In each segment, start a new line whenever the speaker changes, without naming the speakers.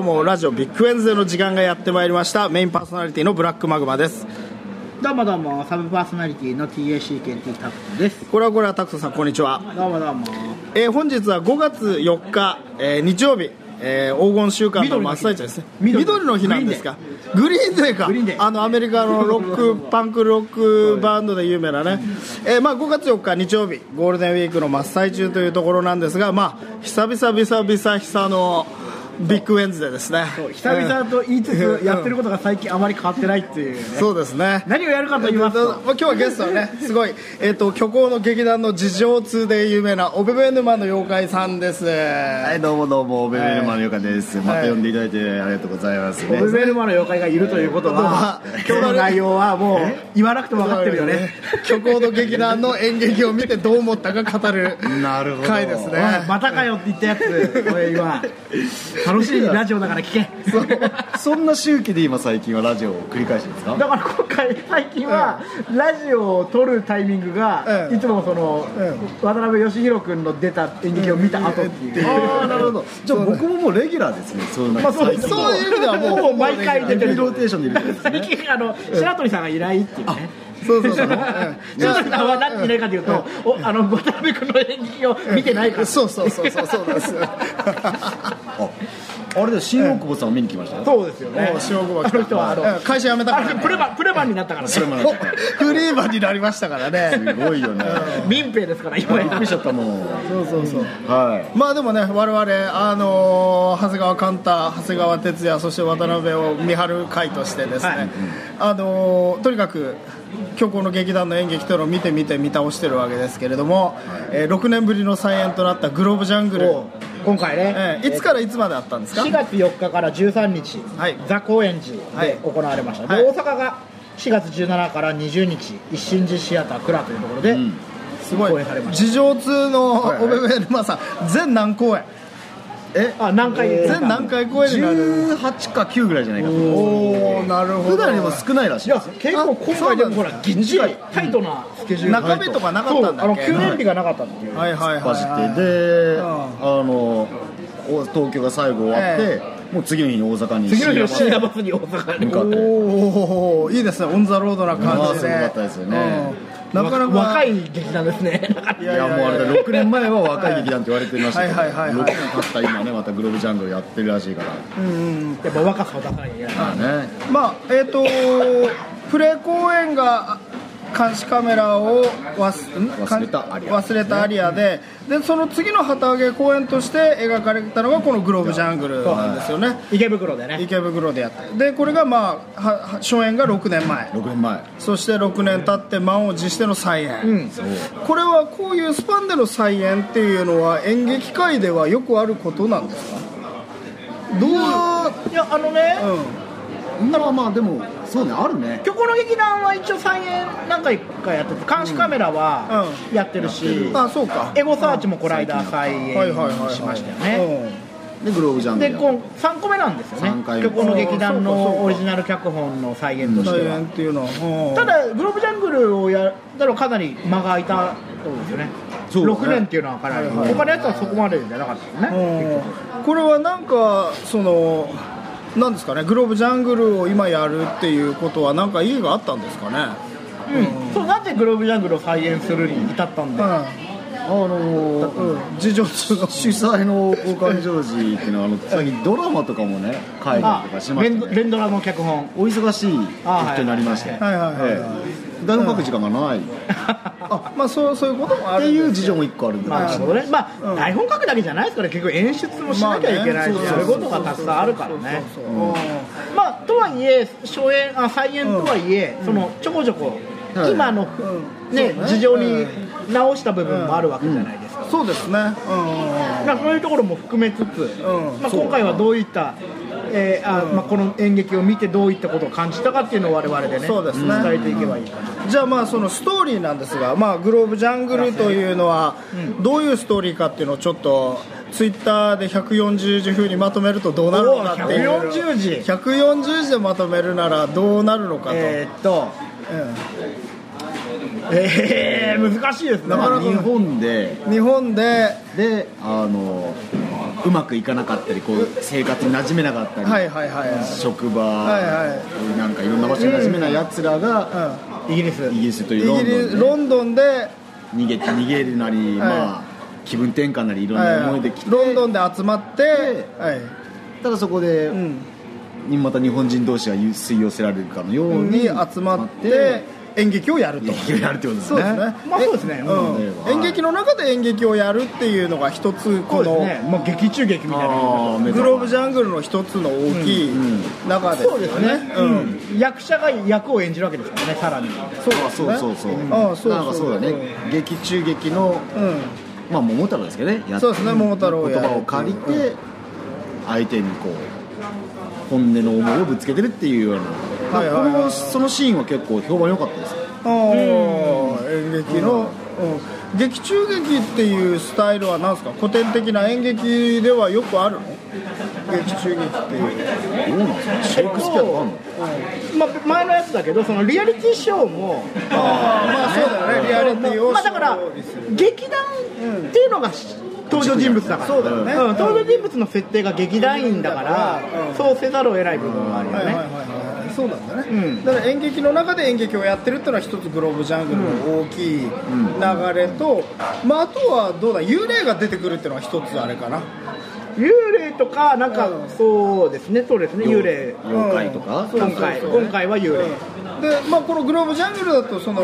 もラジオビッグウェンズデーの時間がやってまいりましたメインパーソナリティのブラックマグマです
どうもどうもサブパーソナリティの TACKT タクトです
これはこれはタクトさんこんにちは、
どうもどうも
えー本日は5月4日、えー日曜日、えー黄金週間の真っ最中ですね緑
緑
の
の日
日なんですかグリーンデーか
グリーンデー
あのアメリカのロックパンクロックバンドで有名なね、えーまあ、5月4日日曜日ゴールデンウィークの真っ最中というところなんですが、まあ、久々久々久々のビッグウェンズデーですね
そう久々と言いつ
う
つ
ん
やってることが最近あまり変わってないっていうね
そうですね
何をやるかと言います
まあ
と
今日はゲストはね、すごい、えっ、と、虚構の劇団の事情通で有名な、オベベヌマンの妖怪さんです。
はい、どうもどうも、ベベルマンのゆかです。また呼んでいただいてありがとうございますね。
オブベルマの妖怪がいるということは
えー
今日の内容はもう言わなくても分かってるよね
虚構の劇団の演劇を見てどう思ったか語る
なるほど
回です
おい
ね。
またかよって言ったやつ俺今楽しいラジオだから聞け
そんな周期で今最近はラジオを繰り返してるんですか
だから今回最近はラジオを撮るタイミングが
うん
いつもその渡辺義弘君の出た演劇を見た後っていう
ああ、なる ほど。じゃあ僕ももうレギュラーですね。そうなんか
そうです
そういう意味ではもう
もう毎回出て
ヘビーロ
る
ーテーションでいるんですね。
最近あの白鳥さんがいないっていうね
そう そうそう。うん
白鳥さんは何でいないかというとおあの渡辺君の演劇を見てないから
そうそうそうそうそうです。
あ、あれで新大久保さんを見に来ました。
そうです よね
もう塩久保
あの人はあの
うん会社辞めたか
あ
ら
の人プレ
ね。
バンプレバンになったからね
それもなんか
フリーバーになりましたからね。
すごいよね。
民兵ですから今
びっ
や
くりしちゃったもん。
そうそうそう。
は
まあでもね我々あのー長谷川寛太長谷川哲也そして渡辺を見張る会としてですね、
はい
あのーとにかく虚構の劇団の演劇というのを見て見て見倒してるわけですけれども、えー6年ぶりの再演となったグローブジャングル、
今回
え
ね
ーいつからいつまであったんですか
4月4日から13日、
はい
ザ・高円寺
はい
で行われました、
はい
で大阪が4月17から20日一神寺シアター蔵というところで、
すご
公
い
演されました
事情通の
はい
オベベルマさん全何公演
あ何回
全何回公
い。
演になる
十八か九ぐらいじゃないかと思います。
おおなるほど
普段よりも少ないらし
い
いで
や
すよ。
結構今回でもほ
あそうなん
ら
です
ぎっちりタイトなスケジュール
中日とかなかったんだっけ
そうあの休園日がなかったっていう、
はいはいはい、
走
はい
ってで、
うん
あのお東京が最後終わって、
え
もう次の日に大阪に
次の日の深
深
夜
夜
バスに大阪
向かっ
に
て
おおいいですねオン・ザ・ロードな感じで、
まあすごかったですよね
うんなかなか
若い劇団ですねだから
いやもうあれだ6年前は若い劇団って言われてましたけど
はいはいはいはい
6年経った今ねまたグローブジャングルやってるらしいから
やっぱ若さを出さなきゃいけない
まあね
まあえっ、とプレ公演が監視カメラを忘ん
忘れたアリア
忘れたアリアででその次の旗揚げ公演として描かれたのがこのグローブジャングルなんですよね
池袋でね
池袋でやってでこれがまあはは初演が6年前
6年前
そして6年経って満を持しての再演、
そう
これはこういうスパンでの再演っていうのは演劇界ではよくあることなんですかどう
いやあのね、
う
ならまあでもそうねあるね
虚構の劇団は一応再演何回かやってて監視カメラは
う
やってるし、
ん、あそうか
エゴサーチもこの間再演
はいはいはいはい
しましたよね、
でグローブジャングル
で
や
こん3個目なんですよね
三回目
虚構の劇団
そうかそうか
のオリジナル脚本の再現とし
大
ては、
変っていうのは、うん
ただグローブジャングルをやったらかなり間が空いたそうですよね
そうだね
6年っていうのはかなり、
はいはい
他のやつはそこまでじゃなかったですね、
うんこれはなんかそのなんですかねグローブジャングルを今やるっていうことはなんか意義があったんですかね
うんそうなぜグローブジャングルを再現するに至ったんだ、
あのー
うん事情通の
主催の交換ジョージっていうのはあの最近ドラマとかもね書いたり
あ
とかしま
連
した
ド
ね
連ドラの脚本
お忙しい人になりまして
あはいはいはいはい
ええ台本書く時間がない
あまあそうそういうこともあ
って
る
いう事情も一個あるん
まあ、な
だ
る
け
ほ
ど
どね、まあ、
うん
台本書くだけじゃないですから、結局演出もしなきゃいけないし、
まあね
そういうことがたくさんあるからね。
そうそうそうそううん
まあ、とはいえ、初演、あ、再演とはいえ、そのちょこちょこ、
はい
今の、
うん
ね
そうね
事情に直した部分もあるわけじゃないですか。
そうですねうん
まあ、そういうところも含めつつ、
うん
まあ、今回はどういった。えーあまあ、この演劇を見てどういったことを感じたかっていうのを我々でね
そうですね
伝えていけばいいかな、
じゃあまあそのストーリーなんですが、まあ、グローブジャングルというのはどういうストーリーかっていうのをちょっとツイッターで140字風にまとめるとどうなるのかっていう
おー140字
140字でまとめるならどうなるのかと、
えーっと
うん
ええ難しいですね
だ
な
か
からなか
日本で
日本で
であのうまくいかなかったりこう生活に馴染めなかったり、
はいはいはいはい
職場、
い
なんかいろんな場所に馴染めないやつらが、
イギリス
イギリスと
イ
いうロ
ギ
ンド
リ
ン
ス
で
ロンドンで
逃げ逃げるなり、まあ、気分転換なりいろんな思いできて、
ロンドンで集まって、はい
ただそこで、
うん、
また日本人同士が吸い寄せられるかのように
に集まって演劇をやると。
やるってことです
そ
ね
うですね。
まあそうです
え
ねうん
うん演劇の中で演劇をやるっていうのが一つ
こ
こ
うで
の
すねもう劇中劇みたいな
あー
グローブジャングルの一つの大きい中で
そうですね、
う
うんん、役者が役を演じるわけですからねさらに
そうそうそうそう
ああそうそう
なんかそうだね、劇中劇の、まあ桃太郎ですけどねやっ
そうですね桃太郎をや
言
る
葉を借りて相手にこう本音の思いをぶつけてるっていうような、
はいはいはい
このそのシーンは結構評判良かったですよ
あー演劇の、うん、劇中劇っていうスタイルは何ですか古典的な演劇ではよくあるの劇中劇っていう
どうなんですかシェイクスピアとかあんの
まあ、前のやつだけどそのリアリティショーも
ああまあそうだよねリアリティを
まあ、だから
勝利する
劇団っていうのが登場人物だから
そうだよね
ん登場人物の設定が劇団員だから、
うん
そうせざるを得ない部分があるよね、
はいはいはいはいそうなんだね、
うん
だから演劇の中で演劇をやってるっていうのは一つグローブジャングルの大きい流れと、まあ、あとはどうだ幽霊が出てくるっていうのは一つあれかな
幽霊とかなんか、
うん
そうですねそうですね幽霊
妖怪とか、
今回
そうそうそう
今回は幽霊、
でまあ、このグローブジャングルだとその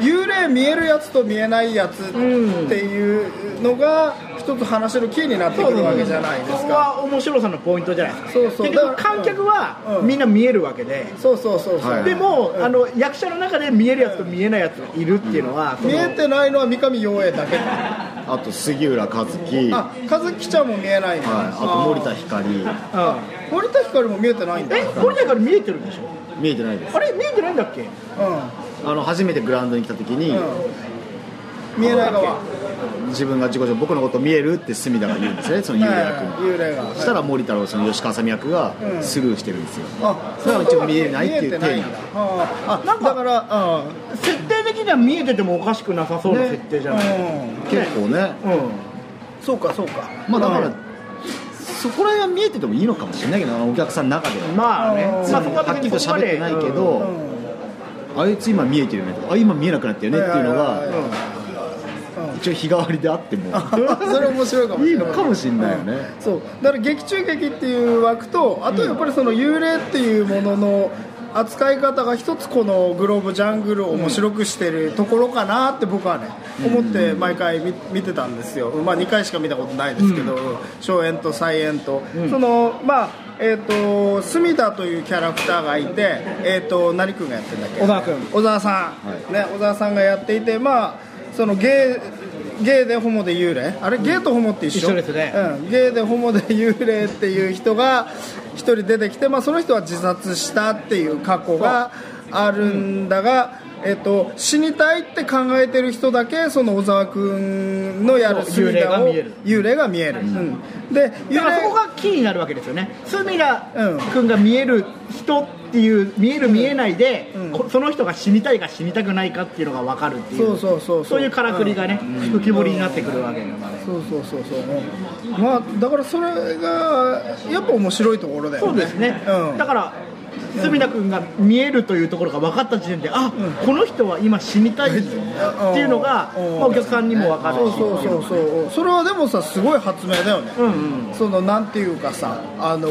幽霊見えるやつと見えないやつっていうのが一つ話のキーになってくるわけじゃないで
そ
す
こ
か
は面白さのポイントじゃないですか
そうそう
結
だか
局
ら
観客は
うん
みんな見えるわけで、
そうそうそうそう、
はい
でも、あの役者の中で見えるやつと見えないやつがいるっていうのは、そ
見
の
えてないのは三上洋栄だけあ
あと杉浦和樹、はい、
和樹ちゃんも見えないんだ、
あと森田ひかり
うん
森田ひかりも見えてないんだ
えこれだから見えてるでしょ
見えてないです
あれ見えてないんだっけ
う
あの初めてグラウンドに来た時に、
ん、見えない側
自分が自己紹介僕のこと見えるって隅田が言うんですねその幽霊役に、
幽霊が
そしたら森太郎その吉川さみ役がスルーしてるんですよ、
あ
それは一応見えないっていう
見えな
定義
ああ
なんか
だからうん
設定的には見えててもおかしくなさそうな設定じゃない、
うん
結構ね
うん
そうかそうか
まあだから、
うん
そこら辺は見えててもいいのかもしれないけどあのお客さんの中では、
まあね
うん
まあ
はっきりと喋ってないけど、あいつ今見えてるよねとかあ今見えなくなったよねっていうの
は
が
いはいはい
一応日替わりであっても
それ面白いかもし
い
れ
い
な
の
い
かもしれないよね、
そうだから劇中劇っていう枠とあとやっぱりその幽霊っていうものの扱い方が一つこのグローブジャングルを面白くしてるところかなって僕はね思って毎回見見てたんですよ、まあ、2回しか見たことないですけど荘園、と菜園と、そのまあえー、と隅田というキャラクターがいて、えー、と何君がやってんだっけ
小沢君
小沢さん、
はい
ね、小沢さんがやっていて、まあ、そのゲーゲイでホモで幽霊あれゲイとホモって一緒
一緒ですね
うん、ゲイでホモで幽霊っていう人が一人出てきて、まあ、その人は自殺したっていう過去があるんだが、えっと、死にたいって考えてる人だけその小沢君のやる
そう
隅田を
幽霊が見え
幽霊が見え
る
る、うんで
だ
幽
からそこ
霊
がキーになるわけですよね隅田
うん
君が見える人っていう見える見えないで、
うん
こその人が死にたいか死にたくないかっていうのが分かるっていう
そうそうそうそう
そういうからくりがね、浮き彫りになってくるわけだから、
そうそうそうそう、うんまあだからそれがやっぱ面白いところだよね
そうですね、
うん、
だから隅田君が見えるというところが分かった時点で、あこの人は今死にたいっていうのが、
うん
まあ、お客さんにも分かる
そう
し
そうそうそうそれはでもさすごい発明だよね、
うんうん
そのなんていうかさあの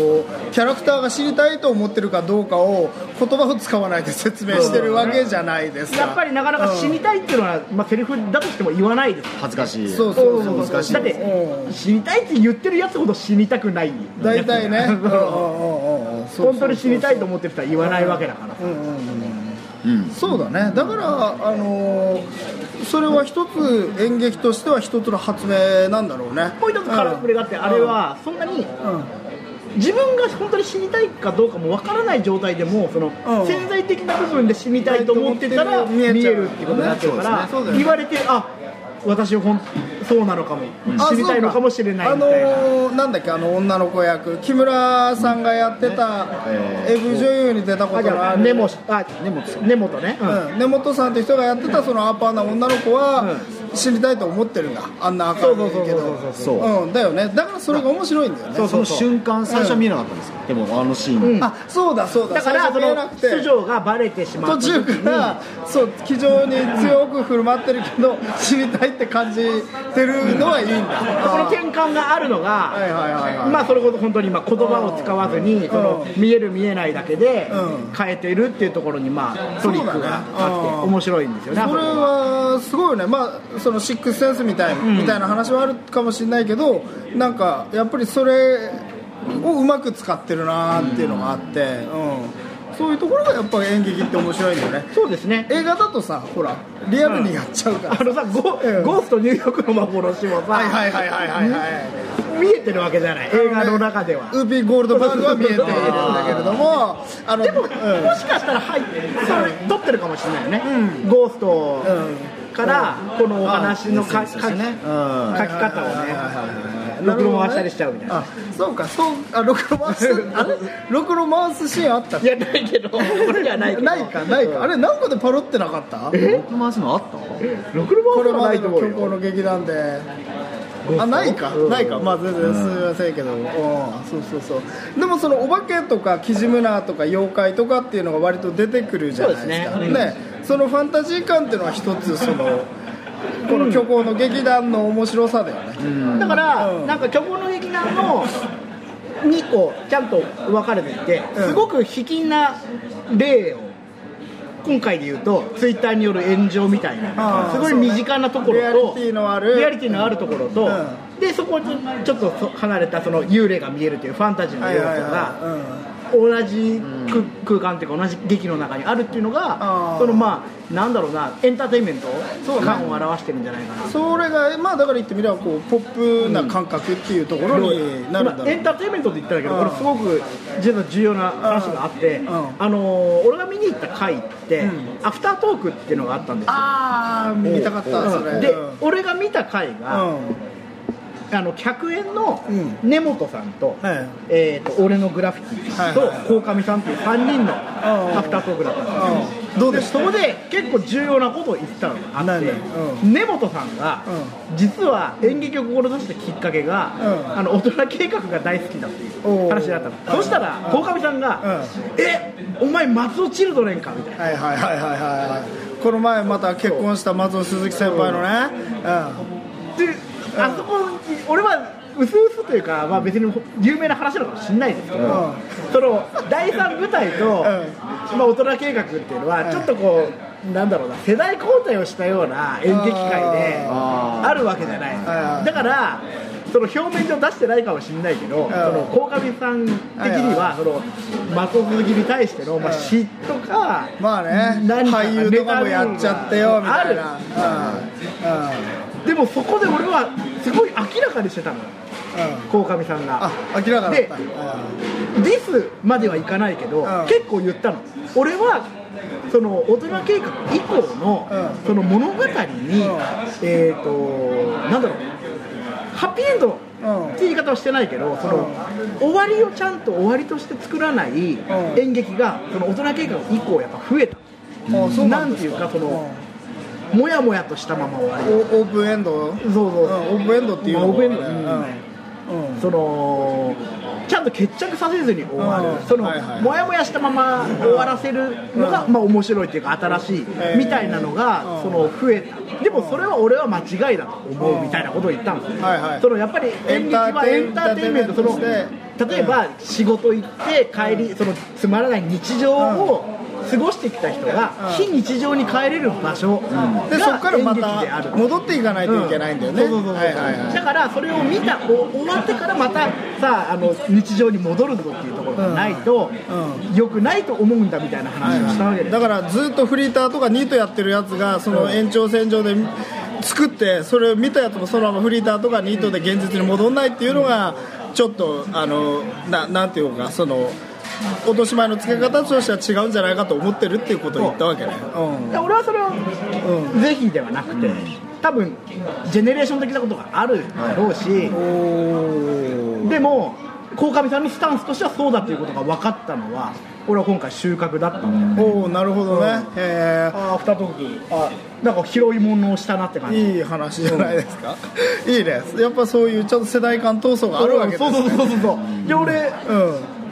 キャラクターが知りたいと思ってるかどうかを言葉を使わないで説明してるわけじゃないですか
やっぱりなかなか死にたいっていうのは、まあ、セリフだとしても言わないです
恥ずかしい
そうそうそう
難しい
だっ
で
て
す
うん
死にたいって言ってるやつほど死にたくない
大体ねうんうんうんうんそうそうそう
本当に死にたいと思ってる人は言わないわけだから
うんうんうん
うん
そうだねだからあのーそれは一つ演劇としては一つの発明なんだろうね
もう一つカラフレがあってあれはそんなに
うんうん
自分が本当に死にたいかどうかもわからない状態でもその
うん
潜在的な部分で死にたいと思ってたら見
見えちゃう
えるってことになってるから
そうですねそうだよね
言われてあ私ほんそうなのかも、知りたいのかもしれない
あ
み
の
たいな、
ーなんだっけあの女の子役木村さんがやってた
えー
AV 女優に出たこ
あ
と
じゃ
が
あ
あ
根
る
本あ根本根本ね、うん
うん根本さんって人がやってたそのアーパーな女の子は知りたいと思ってるんだあんな明るいけど
そうそうそうそう
そう
うんだよねだからそれが面白いんだよね
そう
その瞬間最初は見えなかったんですよ、でもあのシーン、
うん
あそうだそうだ
だから
最
そ
初見え
の
なくて
出場がバレてしまった
途
時に
中から、そう気丈に強く振る舞ってるけど知りたいって感じてるのはいいんだ
この
あ
転換があるのが、
ーはいはいはいはい、
まあそれこそ本当にまあ言葉を使わずにその見える見えないだけで
うん
変えてるっていうところにまあトリック
そ
が
うだねう
あって
ん
面白いんですよね。
それはすごいよね、まあ、そのシックスセンスみたい,、みたいな話はあるかもしれないけどなんかやっぱりそれをうまく使ってるなっていうのがあって、うんそういうところがやっぱ演劇って面白いんだよね
そうですね。
映画だとさほらリアルにやっちゃうから、
あのさゴ
うん
ゴーストニューヨークの幻も
はい
さ
はいはいはいはいはい
見えてるわけじゃない映画の中では。
ウーピーゴールドバーグは見えているんだけれどもあの
で
う
もも
ん
しかしたら入ってそれ撮ってるかもしれないよね。ゴーストからこのお話のか書き書き
うん
方をね
なる
録
ほどね
音回したりしちゃうみたいな。
あそうかそうあ録音 回すあれ録音回すシーンあったっ
い
け
やないけどこれにはないけど。
ないかないかあれ何個でパロってなかった
僕回すのあった
ろくろ
こ
回
れ
すのは
ま
な
で
いと
の
思う
虚
よ
構の劇団であないかないかまあ全然すみませんけどうんそうそうそうでもそのお化けとかキジムナーとか妖怪とかっていうのが割と出てくるじゃないですか
そうですね
ねそのファンタジー感っていうのは一つそのこの虚構の劇団の面白さだよね
だから、
うん
なんか虚構の劇団の2個ちゃんと分かれていて、
うん
すごく卑近な例を今回で言うとツイッターによる炎上みたい
あ
な
ー
すごい身近なところと
リアリティのある
リアリティのあるところと、
う
でそこにちょっとそ離れたその幽霊が見えるというファンタジーの要素が
うん
同じく空間っていうか同じ劇の中にあるっていうの
あー
がそのまあなんだろうなエンターテインメント
そうね
感を表してるんじゃないかな
それがまあだから言ってみればこうポップな感覚っていうところになるんだろう
今エンターテインメントって言ったんだけど
うん
これすごく実は重要な話があって
ん
あのー俺が見に行った回って
うん
アフタートークっていうのがあったんですよ
ああ見たかったそ
うん
れ
で
うん
俺が見た回があの客演の
うん
根本さんと
はい
えーと俺のグラフィテ
はい
ィ
はいはい
と鴻上さんっていう3人のアフタートークだったんですよ
うんどうでし
そこで結構重要なことを言ってたのがあっ
何
て、
う
根本さんが、実は演劇を志したきっかけが、
うん
あの大人計画が大好きだってい
お
う
ー
話だったの、そしたら鴻上さんが「えお前松尾チルドレンか」みたいな。
はいはいはいはいはいこの前また結婚した松尾鈴木先輩のね
であそこに俺は薄々というか、まあ、別に有名な話なのかもしれないですけど、
うん
その第三舞台と、まあ、大人計画っていうの
うん
はちょっとこう、なんだろうな世代交代をしたような演劇界で
あー
あるわけじゃないです
はいは
か
い
だからその表面上出してないかもしれないけど、
ん
その鴻上さん的には、その松尾鈴木に対しての、まあ、
うん
嫉妬か、
うんまあね
何か
俳優とかもやっちゃってよみたいな
ある
うんうん
でもそこで俺はすごい明らかにしてたのよ
うん
鴻上さんが
あ明らかだっ
で
たうん
ディスまではいかないけ
う
ど、
ん
結構言ったの俺はその大人計画以降の,、
うん
その物語に、
うん
えっ、となんだろうハッピーエンド
うん
って言い方はしてないけど、その終わりをちゃんと終わりとして作らない
ん
演劇がその大人計画以降やっぱ増えた、
あそうな
なんん
で
てい
す
う
か
かその
う
もやもやとしたまま終わり
んオオープンエンドうん
そうそう、
オープンエンドっていうの
まあオープンエンド
う
うん
んうん
そのちゃんと決着させずに終わる、
うん
その、
はいはい
もやもやしたまま終わらせるのが、まあ、面白いというか新しい
ん
みたいなの
う
が、
ん
その増えたでもそれは俺は間違いだと思うみたいなことを言ったんですよ、
はいはい
そのやっぱり演劇は
エ
エ
ン
ン
タ
タ
ー
ー
テイ
テイ
ン
ン
メ
メ
ン
ン
ト
ト
と
そ
し
の
て
例えば仕事行って帰りそのつまらない日常を過ごしてきた人が非日常に帰れる場所が
でそこから
演
ま
劇である
た戻っていかないといけないんだよね
うんそうそうそうそう
はいはいはい
だからそれを見たお終わってからまたさあの日常に戻るぞっていうところがないと、
う
良くないと思うんだみたいな話をしたわけです、
だからずっとフリーターとかニートやってるやつがその延長線上で作ってそれを見たやつもそのままフリーターとかニートで現実に戻んないっていうのがちょっとあのななんていうかその落とし前の付け方としては違うんじゃないかと思ってるっていうことを言ったわけね、うん
俺はそれを、
う
ぜひではなくて、多分ジェネレーション的なことがあるだろうし、でも鴻上さんのスタンスとしてはそうだということが分かったのは俺は今回収穫だったのよ、
おおなるほどね、え
ああアフタートークあなんか広いものをしたなって感じ
ーいい話じゃないですかいいですやっぱそういうちょっと世代間闘争があるわけです
そうそうそうそうそうで俺、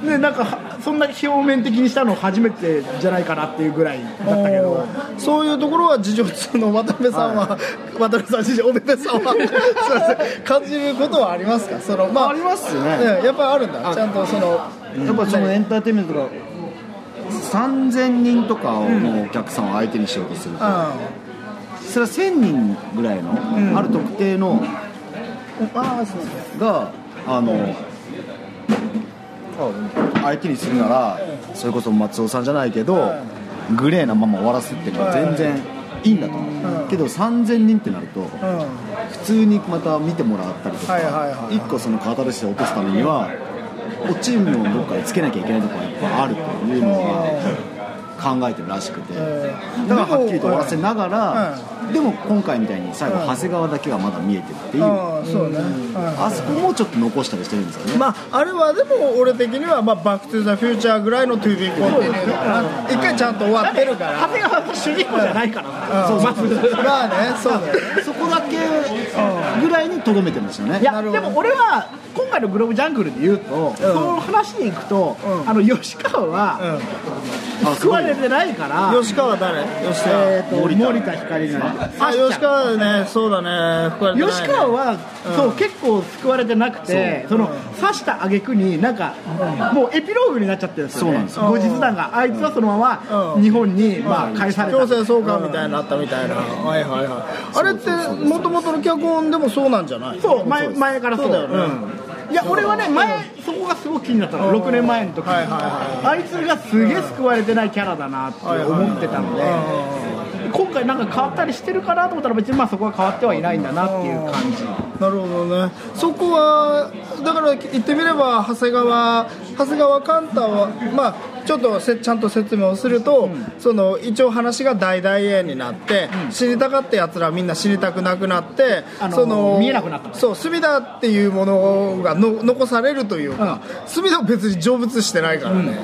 う
ね、なんかはそんな表面的にしたの初めてじゃないかなっていうぐらいだったけど
ん、そういうところは事情通の渡辺さんは、渡辺さん事情おべべさんはすいません感じることはありますかそのまあ
ありますよね
うんやっぱりあるんだちゃんとその
やっぱそのエンターテインメントが3000人とかのお客さんを相手にしようとすると、
あ
それは1000人ぐらいの、ある特定の
あそうですね
があの相手にするならそれこそ松尾さんじゃないけどグレーなまま終わらすっていうのは全然いいんだと思うけど3000人ってなると
うん
普通にまた見てもらったりとか
はいはいはい
1個そのカタルシスを落とすためには落ちるのをどっかでつけなきゃいけないとこがやっぱあるというのは考えてるらしくてだからはっきりと終わらせながらでも今回みたいに最後長谷川だけがまだ見えてるっていう
ああそうね、うん
あそこもちょっと残したりしてるんですよね
まあ、あれはでも俺的には、まあ、バック・トゥ・ザ・フューチャーぐらいの 2B コンティニューだから一回ちゃんと終わってる から
長谷川が主人公じゃないからな
うん
まず
まあねそうだ よね
そこだけぐらいにとどめてるんですよね
い
な
や
るほど
でも俺は今回の「グローブジャングル」で言うと、その話に行くと、あの吉川は
あす
救
ご
わ
い
れてないから、
吉川誰吉川、
えー、と
森
森
田
田光が
あ吉川ねそうだね福原じゃないね
吉川は、そう結構救われてなくてその刺した挙句になんか、もうエピローグになっちゃってるんですよ、ね、
そうなんですよ
後日談があいつはそのまま
うん
日本に、まあ、返された
強制送還みたいになったみたいな、はいはいはいあれってもともとの脚本でもそうなんじゃない
そう前前からそう
そうだよね
うんいや俺はね前そこがすごく気になったの6年前の時
はいはいは
あいつがすげえ救われてないキャラだなって思ってたので今回なんか変わったりしてるかなと思ったら別にまあそこは変わってはいないんだなっていう感じ
なるほどねそこはだから言ってみれば長谷川長谷川寛太はまあちょっとせちゃんと説明をすると、その一応話が大大円になって、死にたかったやつらみんな死にたくなくなって、
あのー
その
見えなくなった
そう隅田っていうものがの残されるというか、隅田は別に成仏してないからね、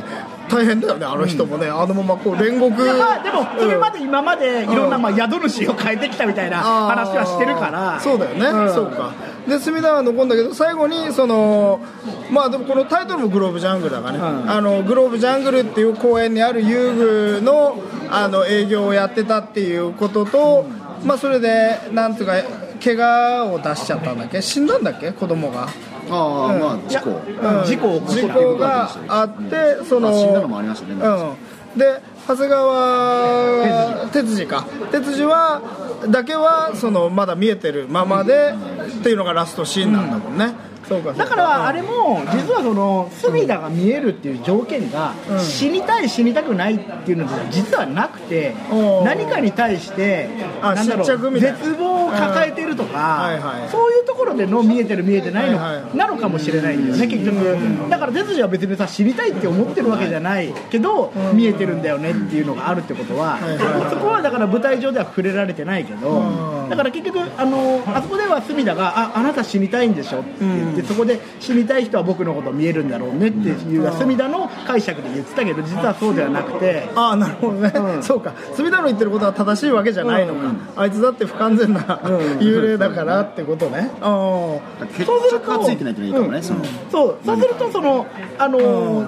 大変だよねあの人もね、あのままこう煉獄
だからでもそれまで今までいろんなまあ宿主を変えてきたみたいな話はしてるから
そうだよね、
ん
そうかで隅田は残んだけど最後にそのまあでもこのタイトルもグローブジャングルだからね、
ん
あのグローブジャングルっていう公園にある遊具のあの営業をやってたっていうことと、まあそれでなんとか怪我を出しちゃったんだっけ死んだんだっけ子供が、
ああまあ
いや
事故
うん
事故を起こし
事
た
故があってその
あ死んだのもありましたね
うん、で長谷川哲司か哲司はだけはそのまだ見えてるままでっていうのがラストシーンなんだもんね、そうかそう
だからあれも実はその隅田が見えるっていう条件が
ん
死にたい死にたくないっていうのが実はなくて
おー
何かに対して
あ
なんだろう
執着みたいな
絶望を抱えてると
うんはい
か
はい
そういうところでの見えてる見えてないの
はいはい
なのかもしれないんだよね結局だから哲司は別にさ死にたいって思ってるわけじゃないけど見えてるんだよねっていうのがあるってことは
はいはい
そこはだから舞台上では触れられてないけど
うん
だから結局あのあそこでは隅田がああなた死にたいんでしょって言ってそこで死にたい人は僕のこと見えるんだろうねっていうが隅田の解釈で言ってたけど実はそうではなくて
ああなるほどね、
うん
そうか隅田の言ってることは正しいわけじゃないのか、
うん
あいつだって不完全な幽霊だからってことね、ああ
決
そうする
着
と
がついてないといいかもねその
そうそうするとそのあの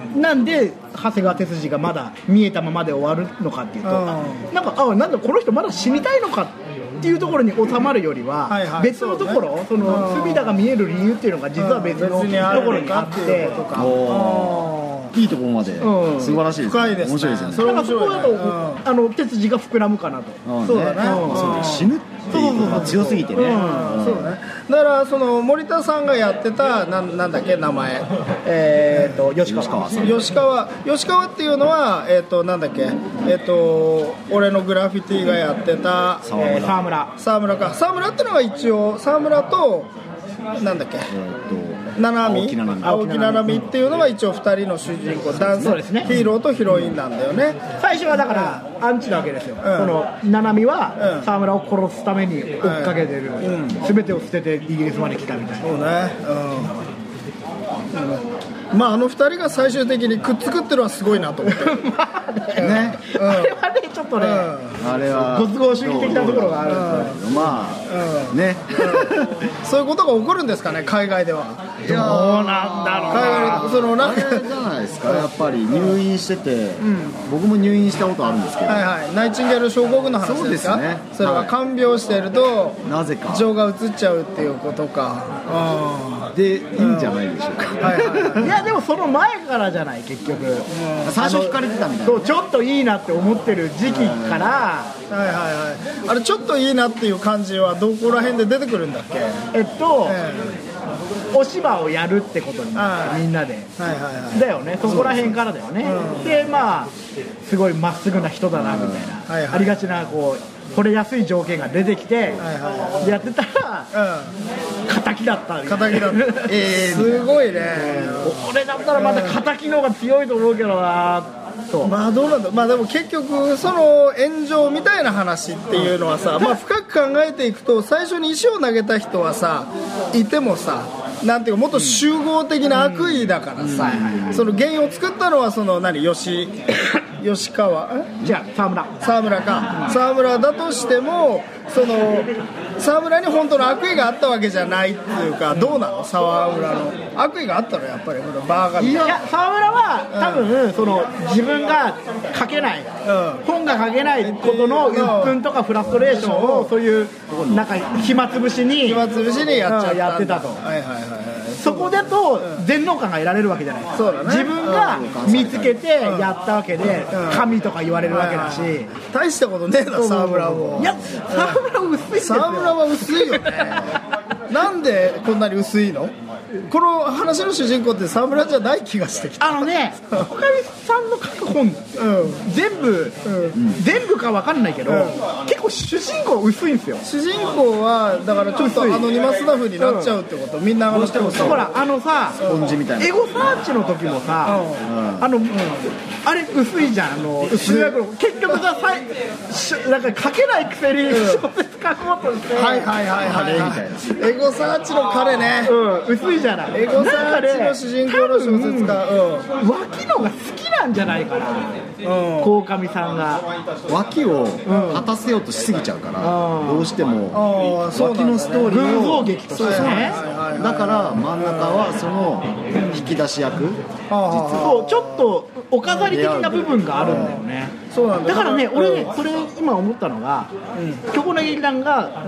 ーなんで長谷川哲司がまだ見えたままで終わるのかっていうと
う
なんかあなんだこの人まだ死にたいのかっていうところに収まるより
はいは
はい別のところ
そ
そう
ね
の
うん
隅田が見える理由っていうのが実は別のと
別にある
ころ
の
に
か
あ
っ
って
い
て
うことか
おーいいところまで
うん
素晴らしいです
深いですね
面白いですよね
それ
なんかそこだと、
面白いね
あの哲司が膨らむかなと。
うん
そうだね
まあそうだ死ぬっていうのが強すぎてね
うんそうねだからその森田さんがやってたなんなんだっけ名前えー、っと
と吉
吉川さん
吉川吉川っていうのはえっ、となんだっけえっ、と俺のグラフィティがやってた
川村
えー沢村
沢村か沢村ってのは一応沢村となんだっけ
えーっ
七海
青木七海
青木七海っていうのは一応2人の主人公男
そう
性
ですね
ヒーローとヒロインなんだよね
最初はだからアンチなわけですよ、
ん
その七海は
うん
沢村を殺すために追っかけてる、全てを捨ててイギリスまで来たみたいな、
そうねうん、まああの2人が最終的にくっつくってのはすごいなと思って
ね
あれはねちょっとね、
あれは
ご都合主義的なところがある
まあね
そういうことが起こるんですかね海外では
どう
なんだろ
海外
う
でそのな
あ
んか
れじゃないですかやっぱり入院してて僕も入院したことあるんですけど
はいはい、ナイチンゲール症候群の話ですか
そうですね
それは看病してると
なぜか
情が移っちゃうっていうことかあ
でいいんじゃないでしょう
あはいはいは
か
い
いやでもその前からじゃない結局、
最初惹かれてたみたい
そうちょっといいなって思ってる時期から、
はいはいはいあれちょっといいなっていう感じはどこら辺で出てくるんだっけはい
えっと、
え
お芝居をやるってことになっ
は
て
い
みんなで
はいはい
だよねそこら辺からだよねでまあすごいまっすぐな人だなみたいな、
はいはい
ありがちなこう惚れやすい条件が出てきて、
はいは
やってたら敵だったみたい
敵だ
な
っ
え
すごいね
俺だったらまた敵の方が強いと思うけどなと、
まあどうなんだまあでも結局その炎上みたいな話っていうのはさ、まあ、深く考えていくと最初に石を投げた人はさいてもさなんていうかもっと集合的な悪意だからさ、その原因を作ったのはその何 吉吉川ん
じゃあ沢村
沢村か沢村だとしてもその沢村に本当の悪意があったわけじゃないっていうかどうなの沢村の悪意があったのやっぱりこのバーガー
い
みたい
や沢村は多分、その自分が書けない、
う
本が書けないことの鬱憤とかフラストレーションをそういうなんか暇つぶしに
な暇つぶしにやっちゃったんだ
やってたと
はいはいはいはい
そこだと全能感が得られるわけじゃないですか
そうだね
自分が見つけてやったわけで神とか言われるわけだし
大したことねえな沢村も
いや沢村薄いですよ
沢村は薄いよね なんでこんなに薄いのこの話の主人公って沢村じゃない気がしてきた
あのね岡上さんの書く本って
うん
全部全部か分かんないけど
うん
結構主人公薄いんですよ
主人公はだからちょっとアノニマスな風になっちゃうってことみんなあの人もさ
ほらあのさ
なポンジみたいな
エゴサーチの時もさ、あの、あれ薄いじゃんあの
薄い
主役の結局ささいしなんか書けないくせに小説書こうとして、
はいはいはいはい、は
彼み
い、エゴサーチの彼ね
うん、薄いじゃない
エゴサーチの主人公の小説
なんかね
家うん
多分脇のが好きなんじゃないかな鴻上さんが
な脇を果たせようとしすぎちゃうからどうしても
ああそうな
脇
んだ
のストーリー
群像
を
劇とし
そう
て
そう
ね
なんですだから真ん中はその引き出し役
あ
そうちょっとお飾り的な部分があるんだよね
そうなんだ
だからね
うん
俺ねそれ今思ったのが虚構の劇団が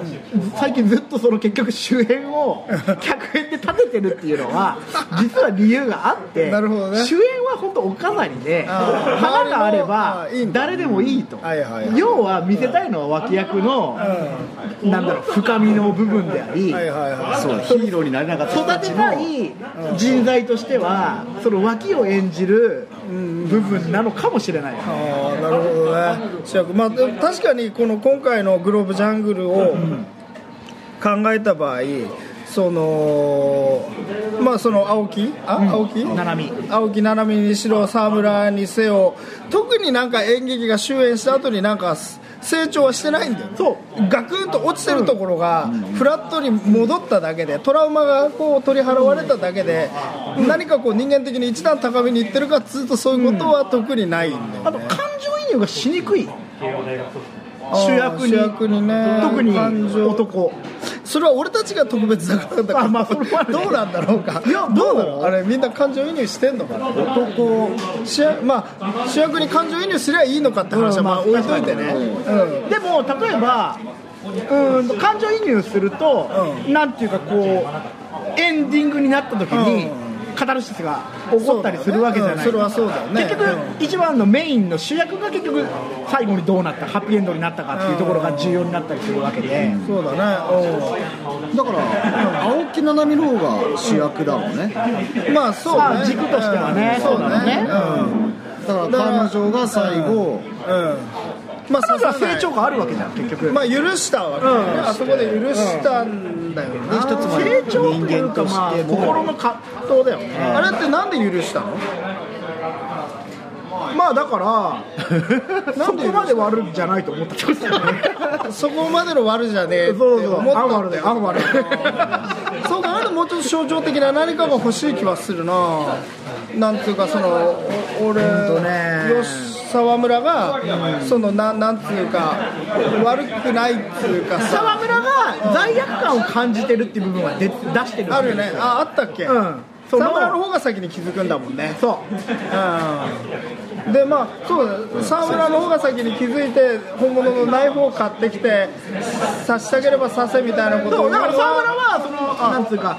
最近ずっとその結局周 辺を客円で建ててるっていうのは実は理由があって
なるほどね
主演は本当お飾りで
あー
花があれば
周りのあーいいんだ
誰でもいいと
はいはいはい
要は見せたいのは脇役のなんだろう深みの部分であり
あはいはいはい
そうヒーローになれなかった人た
育
ち
て
の
たい人材としてはその脇を演じる部分なのかもしれないよね
ああなるほどね主役まあでも確かにこの今回の「グローブジャングル」を考えた場合そのまあその青木あ、青木
七海
青木七海にしろ沢村にせよ特になんか演劇が終演した後になんか成長はしてないんだよね
そう
ガクンと落ちてるところがフラットに戻っただけでトラウマがこう取り払われただけで何かこう人間的に一段高みにいってるかっつうとそういうことは特にないんだよ
あと感情移入がしにくい主役に
主役にね
特に
感情
男
それは俺たちが特別だからだから
あまあそれはね
どうなんだろうか
いや
どうな
ど
の
う
あれみんな感情移入してんのかな
男
主役,、まあ、主役に感情移入すりゃいいのかって話は
うん
まあ
まあ
置いといてね、うん
でも例えばうーんと感情移入すると、なんていうかこうエンディングになった時に、カタルシスが起こったりするわけじゃない、
そうだよねうんそれはそうだよね
結局、一番のメインの主役が結局最後にどうなったハッピーエンドになったかっていうところが重要になったりするわけで、
そうだね
だから青木七海の方が主役だもんね
うんまあそう
まあ軸としてはね
うん
そうだろうね
だから彼女が最後
うん、うんまあ
彼女は
刺さない
成長があるわけじゃん結局、
まあ許したわけだよね、
うん
あそこで許したんなんだよな
で一つまで
成長というか、
人間として
まあ、
も
心の葛藤だよね、
あれってなんで許したの
まあだから、 そこまで悪じゃないと思ったってことだよね。
そこまでの悪じゃねえって
そうそう、
思った
アマルだよ、アマル。
そうだあるもうちょっと象徴的な何かが欲しい気はするななんていうかそのお俺
ほんとね
吉沢村がそのななんていうか悪くないっていうか
沢
さ
村が罪悪感を感じてるっていう部分は出出してる
あるよねああったっけ、
うんその
沢村の方が先に気づくんだもんねそう、うん、でまあそうだね沢村の方が先に気づいて本物のナイフを買ってきて差し上げれば刺せみたいなこと
そうだから沢村
は
はそのなんつうか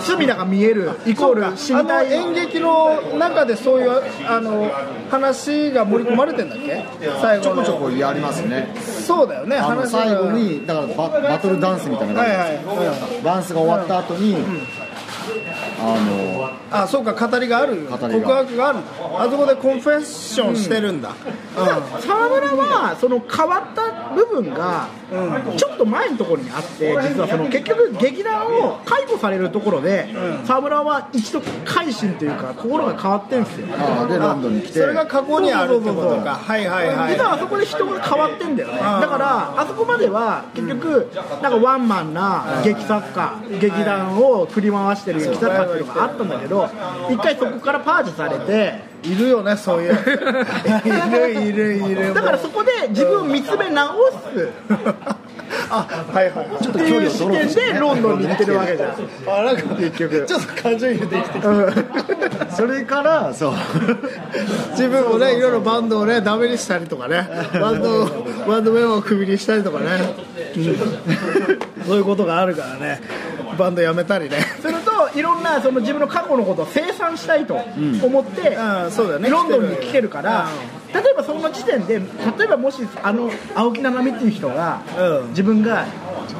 隅田が見えるイコール死
あ
に
の
たい
演劇の中でそういうあの話が盛り込まれてんだっけ最
ち
後
ょ
の
こちょこやりますね
そうだよね
あの
話が
最後にだからババトルダンスみたいな
はいは
感
い、うん
じダンスが終わった後に、あ
あそうか語りがある
語りが
告白があるあそこでコンフェッションしてるんだ、
沢村はその変わった部分がちょっと前のところにあって実はその結局劇団を解雇されるところで沢村は一度改心というか心が変わってんすよ
のあーでロンドンに来て
それが過去にあるってこ
そう
と
そうそう
かはいはいは
実
い
はあそこで人が変わってんだよねだからあそこまでは結局なんかワンマンな劇作家劇団を振り回してる劇作家っていうのがあったんだけど一回そこからパージされて
いるよねそういう いるいるいる
だからそこで自分を見つめ直す
あはいはいはい
ちょっ
って
と距離
い
を
う視
取ろ
点
うとして、
で
ね、
ロンドンに行ってるわけじゃん
あなんか結局ちょっと感情入れてきて
それからそう
自分もねいろいろバンドをねダメにしたりとかねバンドをバンドメンバーをクビにしたりとかね、うんそういうことがあるからねバンドやめたりね
するといろんなその自分の過去のことを清算したいと思って、
うんそうだよね
ロンドンに来てるから、例えばその時点で例えばもしあの青木奈々美っていう人が、
うん
自分が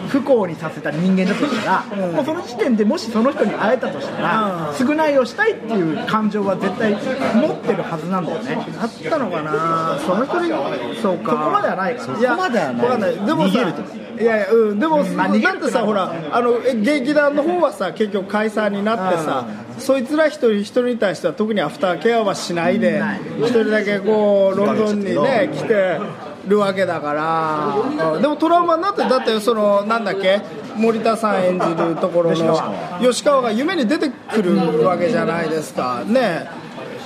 不幸にさせた人間だとしたら、もうその時点でもしその人に会えたとしたら、償いをしたいっていう感情は絶対持ってるはずなんだよね
あったのかなその人にそうか
そこまではないから
いや
そこまではない
わかんないでも
逃げ
さ
ると
いやいやうんでも、
まあ逃げる
だって
ってな
さ
る
ほらあのえ劇団の方はさ結局解散になってさそいつら一人一人に対しては特にアフターケアはしないで
ない
一人だけこうロンドンにね来てるわけだから、うんでもトラウマになってだってそのなんだっけ森田さん演じるところの吉川が夢に出てくるわけじゃないですかね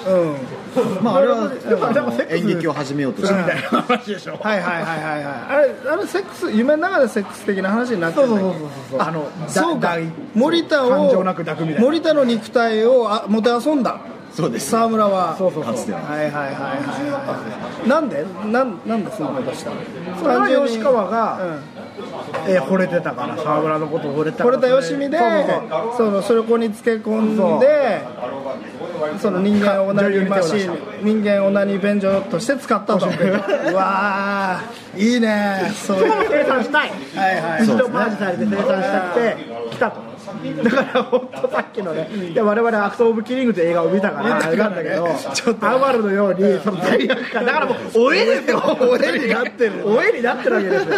うん
まああれは
でもセックス
演劇を始めようとして
いな話でしょはいはいはいはいはいあれあれセックス夢の中でセックス的な話になって
そう
るん
そ
だけど
うそうそうそうあの
そうか
だだ
森田を
感情なく抱くみたいな
森田の肉体をあもてあそんだ
そうです
沢村は
そうそうそう
かつては
はいはいはいはいなんでなんなんでそんなことしたの
それは吉川が、
うん
えー惚れてたから沢村のこと惚れてた
こ
か
れ
ら
田よしみで
そうそうそう
そのそれこにつけ込んでその人間オナニーマシーン人間オナニー便所として使 ったとうわーいいねそういう
も生産したい
はいはい
一度マージされて生産したくて来たとだから本当さっきのねで我々アクト・オブ・キリングという映画を見たから
見たから
あれ
ね
なんだけど
ちょっと
アマルのようにその罪悪感だからもう おえです よ おえになってるおえになってるわけ ですよ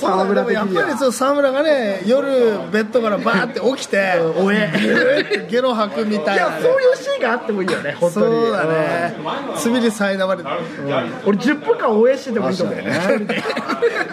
沢
そうで
村
も
的
やっ
に
ぱり
は
そう沢村がね夜ベッドからバーって起きて
おえ
ゲロってゲロ吐くみたい
い
な
やそういうシーンがあってもいいよね本当に
そうだねすびり苛まれて
うん俺10分間おえしててもいいと思うよね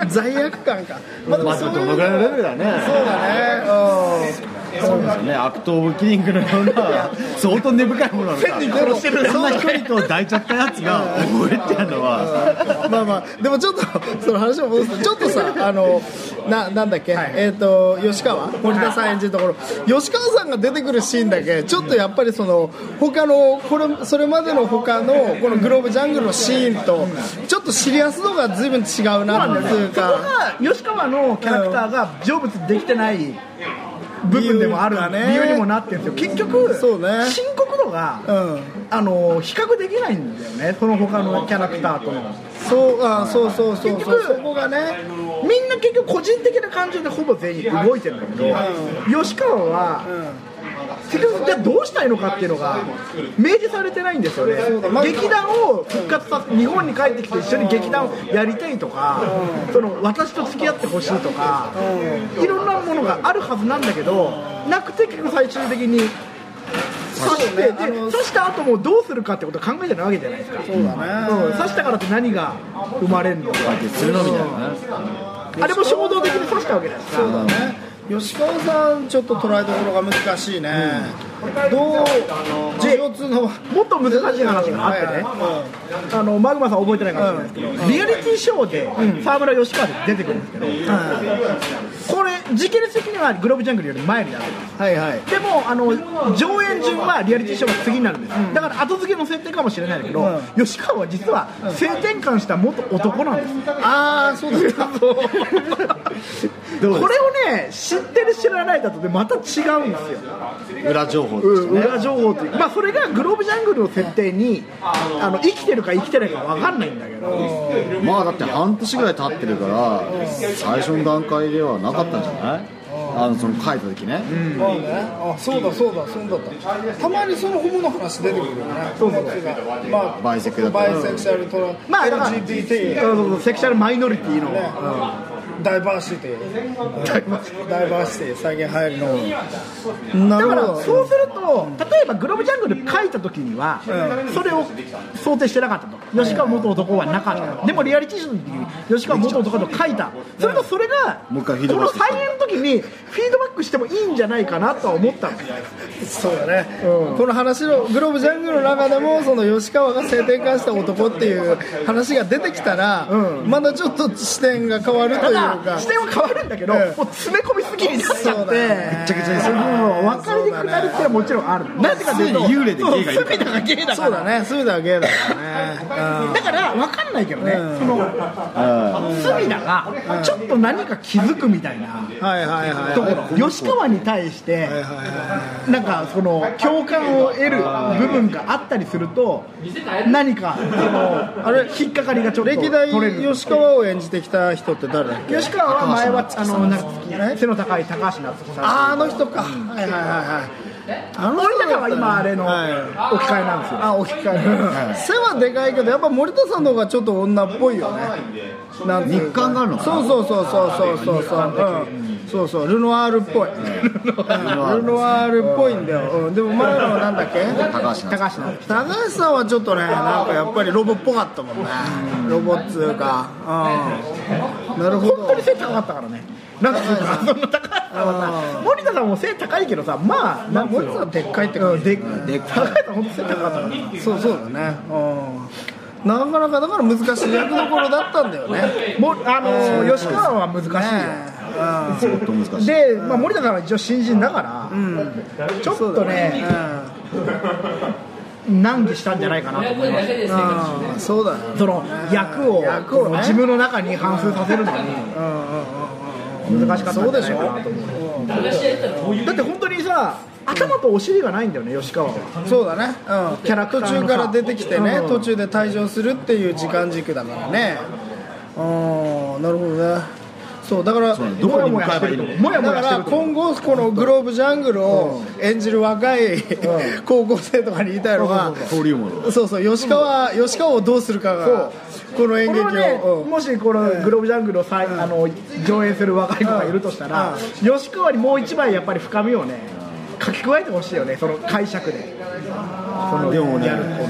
罪悪感かまあでも
ま
そう
た
いう
どのぐらいのレベルだね
そうだねうん
そうですよねアクト・オブ・キリングのような相当根深いものなのか
殺してる
そんな距離と抱いちゃったやつが覚えてるのは
まあまあでもちょっとその話を戻すとちょっとさあのななんだっけ、えっ、と吉川森田さん演じるところ吉川さんが出てくるシーンだけちょっとやっぱりその他のこれそれまでの他のこのグローブジャングルのシーンとちょっとシリアス度が随分違う
そう
な
な
んっ
だ
て
よ
い
ね
う
そこ
か。
が吉川のキャラクターが成仏できてない部分でもある
理由がね
理由にもなってるんですよ結局
そうね
深刻度が、
うん、
あの比較できないんだよねその他のキャラクターとの
そうあそうそうそう
結
そう
局
そこがね
みんな結局個人的な感情でほぼ全員動いてるんだけど、吉川は、結局じゃあどうしたいのかっていうのが明示されてないんですよね劇団を復活させ日本に帰ってきて一緒に劇団をやりたいとかその私と付き合ってほしいとかいろんなものがあるはずなんだけどなくて結局最終的に刺してで刺した後もどうするかってことを考えてるわけじゃないですか
そうだね
うん刺したからって何が生まれるのか
解決するのみたいなね
あれも衝動的に刺したわけじゃないですか
そうだね吉川さんちょっと捉えどころが難しいね、どう CO2 の
もっと難しい話があってね、あのマグマさん覚えてないかもしれないですけど、リアリティショーで沢村吉川で出てくるんですけど、これ、時系列的にはグローブジャングルより前になるんです。
はいはい
でもあの上演順はリアリティショーが次になるんです、だから後付けの設定かもしれないけど、吉川は実は性転換した元男なんです、
ああそうだった
これをね知ってる知らないだとでまた違うんですよ
裏情報としてね
裏情報というまあそれがグローブジャングルを設定にあの生きてるか生きてないか分かんないんだけど
まあだって半年ぐらい経ってるから最初の段階ではなかったんじゃないあのその書いた時ね、
まあね、あそうだそうだそうだったたまにそのホモの話出てくるよねそうそうまあ
バイセクだった
バ
ら
イセクシャルトラ
まあだから
LGBT
そうそうそうセクシャルマイノリティの
ねダイバーシティダイバーシティ最近入るのな
だからそうすると例えばグローブジャングル書いた時にはそれを想定してなかったと吉川元男はなかったでもリアリティショーの時に吉川元男と書いたそれとそれが
もう一回フィー
こ
ドバ
の
ックして
再演の時にフィードバックしてもいいんじゃないかなとは思ったの
そうだね、この話のグローブジャングルの中でもその吉川が性転換した男っていう話が出てきたら、まだちょっと視点が変わるとい
た
う
だ
か
視点は変わるんだけど、
うん
もう詰め込みすぎになっちゃ
そ
っ
う
て
だね
ぐっちゃぐちゃですよもう分かりにくくなるってのはもちろんあるなぜかというと
すでに幽霊で芸がいる
そう隅田が芸だか
そうだ
ら
ね全てはゲイだ からね
だから分かんないけどね、その隅田がちょっと何か気づくみたいな
うんはいはいはい
ところ吉川に対してなんかその共感を得る部分があったりすると何かそのあれ引っかかりがちょっと取
歴
れ
代
る
吉川を演じてきた人って誰だっけ
吉川は前はあのなんか背の高い高橋夏子さん
ああの人か、はいはいはいはいあの
森
人だったね
高は今あれの置
はい
き換えなんですよ、
あ置き換える背はでかいけどやっぱ森田さんの方がちょっと女っぽいよねなんていう
肉感があるのかな
そうそうそうそうそうそうそう、うん、そうそうルノワールっぽい、うんルノワールっぽいんだよ、うん、でも前のなんだっけ
高橋なん
高橋なんです
高橋さんはちょっとねなんかやっぱりロボっぽかったもんねロボっつうか、うん、なるほ
本当
ど
に背高かったからねなんていうかそんな高かったからさ森田さんも背高いけどさまあ、まあ、森田さんでっかいって感じ、うん、でっかい高いさん本当背高かったからさ
そうそうだねうんなかなかだから難しい役どころだったんだよね
もあのー吉川は難しいよ、
ね
相当難しい
で、まあ、森田さんは一応新人だから、ちょっとね難儀したんじゃないかなと思います
うんあーそうだね
その役を
役をね
自分の中に反芻させるのに難しかったんじゃないかなと思うだって本当にさ頭とお尻がないんだよね吉川は
そうだね、うん、
キャラク
途
ターのさ
中から出てきてね、
うん
途中で退場するっていう時間軸だからねうんなるほどねそうだから
そうどこに向かえばいいのか
もやも
だか
やして
ら
ると
今後このグローブジャングルを演じる若い高校生とかに言いたいのが
登竜門の
そうそう吉川吉川をどうするかがこの演
こ
劇
れはね
を、うん
もしこのグローブジャングルをさい、あの上演する若い子がいるとしたら、吉川にもう一枚やっぱり深みをね書き加えてほしいよねその解釈でその
でもね
やるこ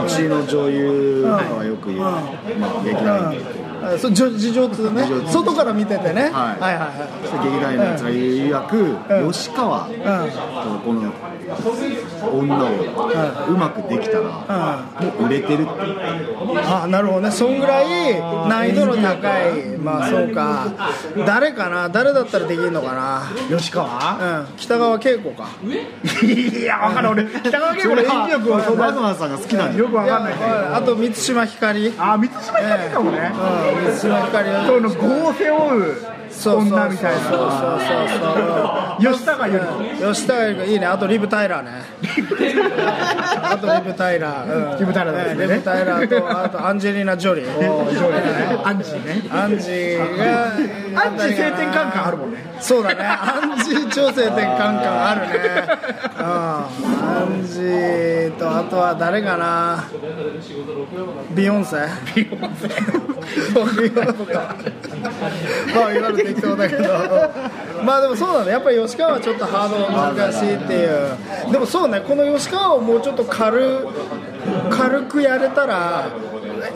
の
うちの女優とかはよく言う、まあ、劇団員で
あそうじょ事情通ね外から見ててね、
はい
はいはい
そして劇団員のやつが言う役、吉川とこの女をうまくできたら、もう売れてるっていう
あなるほどねそんぐらい難易度の高いまあそうか誰かな誰だったらできるのか
吉川
な、うん、北川景子か
いや分かんない俺北川景子の演技力はそんな
マグマさんが好きなんじゃ
よく分
い
かんないけど
やあと満島ひかり
あ満島ひかりかもね、
うん満島ひかり
その業を背負う女みたいな
そうそう
吉高由
そうそう吉高由里子いいねあとリブ・タイラーねあとリブ・タイラー、うん
リブタイラーですね
リブ・タイラーとあとアンジェリーナ・ジョリー
里子上映だねアンジーね
アンジーが
アンチ性転換感あるもんね
そうだねアンジ調整転換感あるねうんアンジとあとは誰かなビヨンセビヨンセビヨンセかまあ言われてきそうだけどまあでもそうだねやっぱり吉川はちょっとハードが難しいっていうでもそうねこの吉川をもうちょっと軽軽くやれたら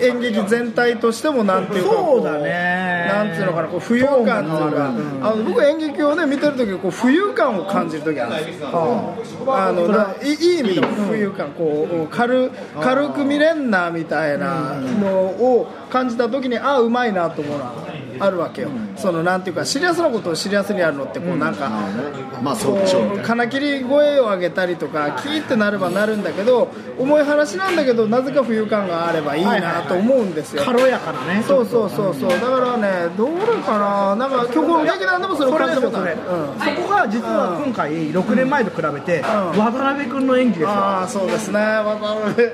演劇全体としてもなんていうかこ
そうだね
なんつうのかなこう浮遊感っていうか、あの僕演劇をね見てる時こう浮遊感を感じる時あるんですよ、あのないいい意味の浮遊感こう軽軽く見れんなみたいなのを感じた時にああうまいなと思うのはあるわけよ、そのなんていうかシリアスなことをシリアスにやるのってこうなんか、
まあそうでしょうみたいな
金切り声を上げたりとかキーってなればなるんだけど重い話なんだけどなぜか浮遊感があればいいなと思うんですよ、
軽やかなね
そうそうそうそうだからねどれかななんか曲の劇団でもそれを
それ
感じ
で
たこと
もそ
あ
れ、
るうん
そこが実は今回6年前と比べて、渡辺君の演技ですよ
ああそうですね渡辺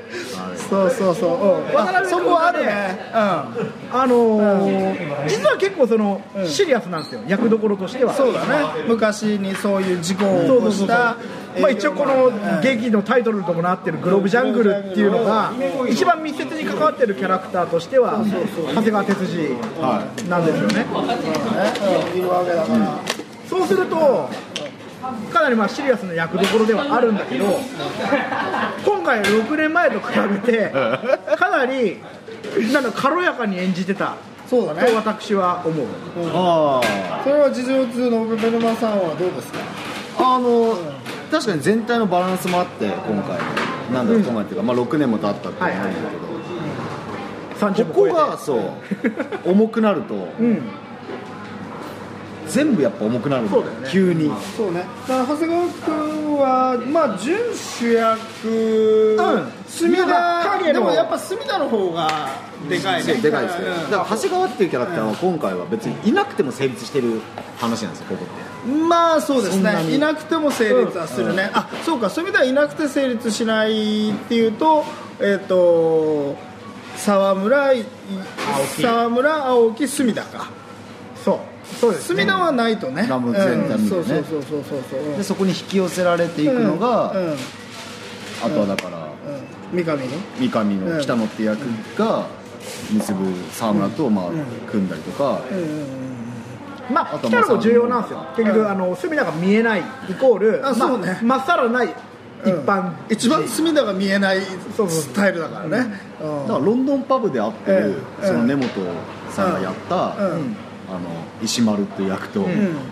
そうそうそう、うん、
渡
あ
辺
そ
君
こはあ
はね
るねうん
あのー実は結構その、シリアスなんですよ役どころとしては
そうだね昔にそういう事故を起こした
まあ、一応この劇のタイトルともなってる「グローブジャングル」っていうのが一番密接に関わってるキャラクターとしては長谷川哲司なんですよね
いるわけだから、
そうするとかなりまあシリアスな役どころではあるんだけど今回6年前と比べてかなりなんだ軽やかに演じてた
そうだ
と
ね
私は思う
ああ
それは事情通のベルマさんはどうですか
あの確かに全体のバランスもあって今回なんだろう今回っていうか、まあ、6年も経ったっていうのもあるんだけど、
30
こ
も超
こ
えて
がそう重くなると、
うん
全部やっぱ重くなるんだよ
そうだよね
急に
そうねだから長谷川君はまあ準主役
うん
隅
まあ
田
影の
でもやっぱ隅田の方がでかいね
でかいですけど、
うん
だから長谷川っていうキャラクターは今回は別にいなくても成立してる話なんですよここって
まあそうです
そんな
ね
に
いなくても成立はするね、あそうかそういう意味ではいなくて成立しないっていうとえっ、と沢村い沢村青木隅田か
そうそうです
隅田はないとね
ラム
う
全体
ん
見るね
そうそうそうそうそうそう
でそこに引き寄せられていくのが、
うんうんうん
あとはだから、
三上の
三上
うん
の北野って役が結ぶ沢村とまあ組んだりとか、
ま
あ
あ、
と
来たのも重要なんですよ
まあ、
結局、あの隅田が見えないイコール、
あそうね
まあまっさらない一般、
一番隅田が見えない
そうそう
スタイルだからね、うん
だからロンドンパブで会ってる、
うん
その根本さんがやった、
うん
あの石丸っていう役と、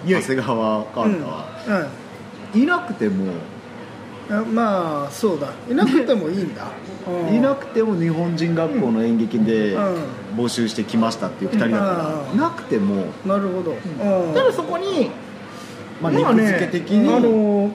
長谷川かるたは、いなくても、
うん、まあそうだいなくてもいいんだ、うん
いなくても日本人学校の演劇で
うん
募集してきましたっていう2人だから、
うん
なくても、
なるほど、うん
ただそこに、
まあ、肉付け的に、
あの
うん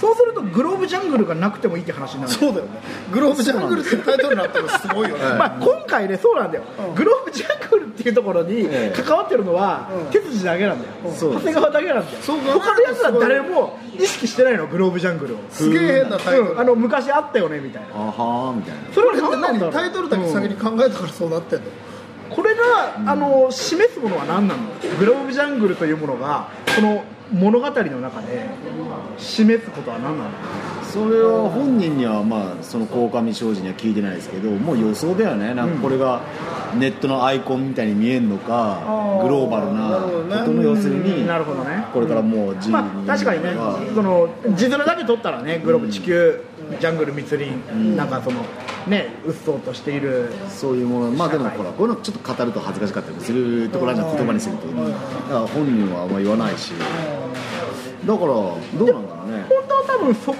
そうするとグローブジャングルがなくてもいいって話になる、
そうだよねグローブジャングルってタイトルになったらすごいよね、
はい
まあ、今回ね、そうなんだよ、
ん
グローブジャングルっていうところに
ええ
関わってるのは、
うん
手筋だけなんだよ、
そう
長谷川だけなんだよ、
そう考えると
他のやつは誰も意識してないの、グローブジャングルを、
すげえ変なタイトル、
うんあの昔あったよねみたいな、
あはーみたいな。
それは
これ
何
っ
な
て
んだろ
何
う
タイトルだけ先に考えたからそうなってんの、
これが、あの示すものは何なのグローブジャングルというものがこの物語の中で示すことは何なの
それは本人にはまあその鴻上庄司には聞いてないですけどもう予想だよねなんかこれがネットのアイコンみたいに見えるのか
ー
グローバル
なるほどね
なことの要するに
なるほどね
これからもう人類
まあ確かにねその地面だけ取ったらねグローブ地球、ジャングル密林、なんかそのねうっそうとしている
そういうものまあでもほらこういうのちょっと語ると恥ずかしかったりもするところあるじゃん言葉にするとだから本人はあんま言わないしだからどうなんだろうね
本当は多分そ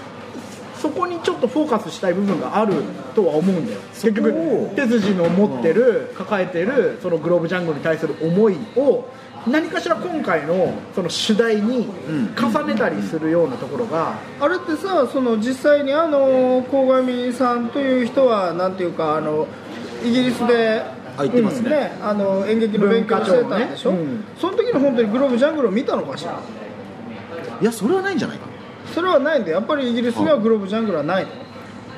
そこにちょっとフォーカスしたい部分があるとは思うんだよ結局手筋の持ってる、抱えてるそのグローブジャングルに対する思いを何かしら今回のその主題に重ねたりするようなところが、
あれってさその実際にあの鴻上さんという人はなんていうかあのイギリスで
あ言ってますね
うんあの演劇の勉強してたんでしょ、
文化庁のね
その時の本当にグローブジャングルを見たのかしら
いやそれはないんじゃないか
それはないんでやっぱりイギリスにはグローブジャングルはないの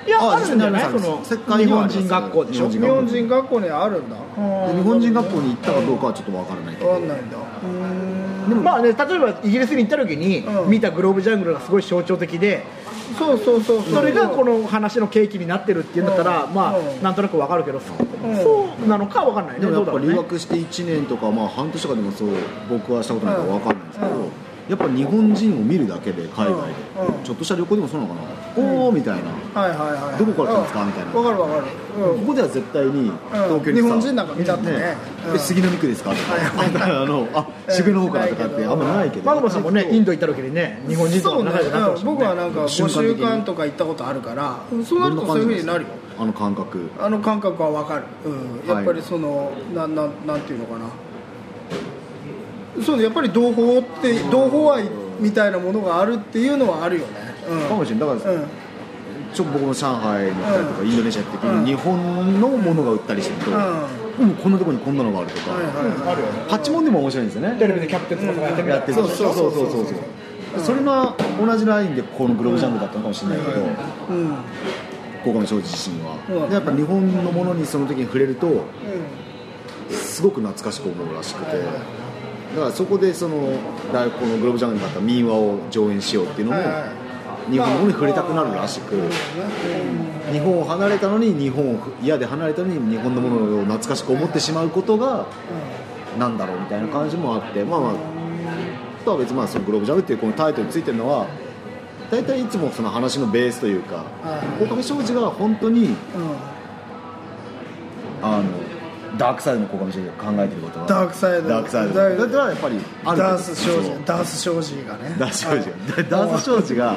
いや
あ
あるんじゃない
実際に
そ
あります
の
世界
日
にはあ
本
ります
人学校でしょ
日本人学校にあるんだ
で日本人学校に行ったかどうかはちょっとわからないけど
わかんないんだ
まあね、例えばイギリスに行った時に、
うん
見たグローブジャングルがすごい象徴的で
そうそうそう
それがこの話の契機になってるっていうんだったら、
うん
まあ、
うん
なんとなくわかるけど、
ん
そうなのかわかんないね
でもやっぱ
どうだろう
留
ね
学して1年とか、まあ、半年とかでもそう僕はしたことないからわかんないんですけど、やっぱ日本人を見るだけで海外
う
で、
んうん
ちょっとした旅行でもそうなのかな、おおみたいな
はいはいはい
どこから来たんですかみたいな
わかるわかるうん
ここでは絶対に東京に
日
さ
本人なんか見たってねうん
え杉並区ですかとか、あのあ渋谷の方からとかってあんまないけど
マグマさんもねインド行った時にね日本人
そ
と
うね
仲良くなってましたもん
僕
ね
はなんか5
瞬間的
週
に
間とか行ったことあるからそうな
ど
ると
んな
そういうふう
感じ
になるよ
あの感覚
あの感覚はわかる、うん、やっぱりその、なんなんなんていうのかなそうですやっぱり同胞って同胞愛みたいなものがあるっていうのはあるよね、うん、
かもしれないだから、
うん
ちょ僕も上海に行ったりとか、
う
インドネシア行った時に、
うん
日本のものが売ったりしてると、
う
もうこんなとこにこんなのがあるとか、
はいはいはい
あるよね
パチモンでも面白いんですよね
テレビでキャプテンとかやってみ
や
た
っ
い
て
な
ると
そうそうそうそう
それの同じラインでこのグローブジャンルだったのかもしれないけど、
うんうん
高校の庄司自身は、
うん
でやっぱ日本のものにその時に触れるとすごく懐かしく思うらしくてだからそこでその大学このグローブジャンルになった民話を上演しようっていうのも、
はいは
日本のものに触れたくなるらしく、日本を離れたのに日本を嫌で離れたのに日本のものを懐かしく思ってしまうことがなんだろうみたいな感じもあってまあまああとは別にまあそのグローブジャムっていうこのタイトルについてるのは大体いつもその話のベースというか
はい
大上庄司が本当に
うん
あのダークサイドの鴻上庄司が考えてることは
ダークサイド
ダークサイド
ダーク
だったらやっぱりある
ダース
そう
庄司ダース庄司がね
ダース庄司がダース庄司が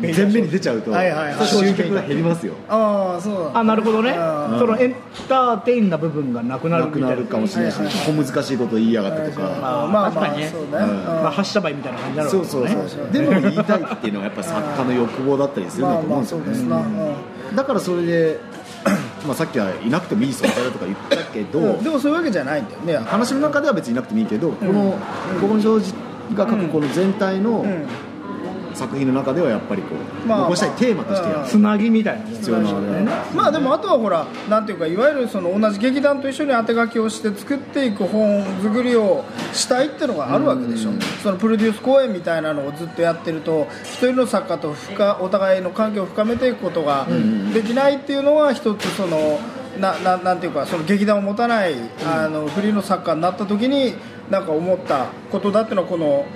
全面に出ちゃうと
はいはいはい
集客が減りますよ
ああそうなんだ
あなるほどね
うん
そのエンターテインな部分がなくなる
な
み
く
たいな
なるかもしれないし
はいはい
小難しいこと言いやがってとか
まあまあ
確かにね
そうね、
うんまあ、発射売みたいな感じになる
そ
わ
う
けです
そ
ね
うそうそうでも言いたいっていうのはやっぱ作家の欲望だったりするん
ま
だ
あ
と思
ま
うん
あ
です
そ
よ
う
ね、
ですな、うん
だからそれでまあさっきはいなくてもいい存在だとか言ったけど、
うんでもそういうわけじゃないんだよね
話の中では別にいなくてもいいけど、この「古今庄司」が書くこの全体の
うん
作品の中ではやっぱりこう、
まあ
残したいテーマとして
う
は
ん
つなぎみたいなもんね
必要なので、
まあでもあとはほらなんていうかいわゆるその同じ劇団と一緒に当て書きをして作っていく本作りをしたいってのがあるわけでしょそのプロデュース公演みたいなのをずっとやってると一人の作家と深お互いの関係を深めていくことができないっていうのは一つそのなななんていうかその劇団を持たないあのフリーの作家になった時になんか思ったことだってのはこの。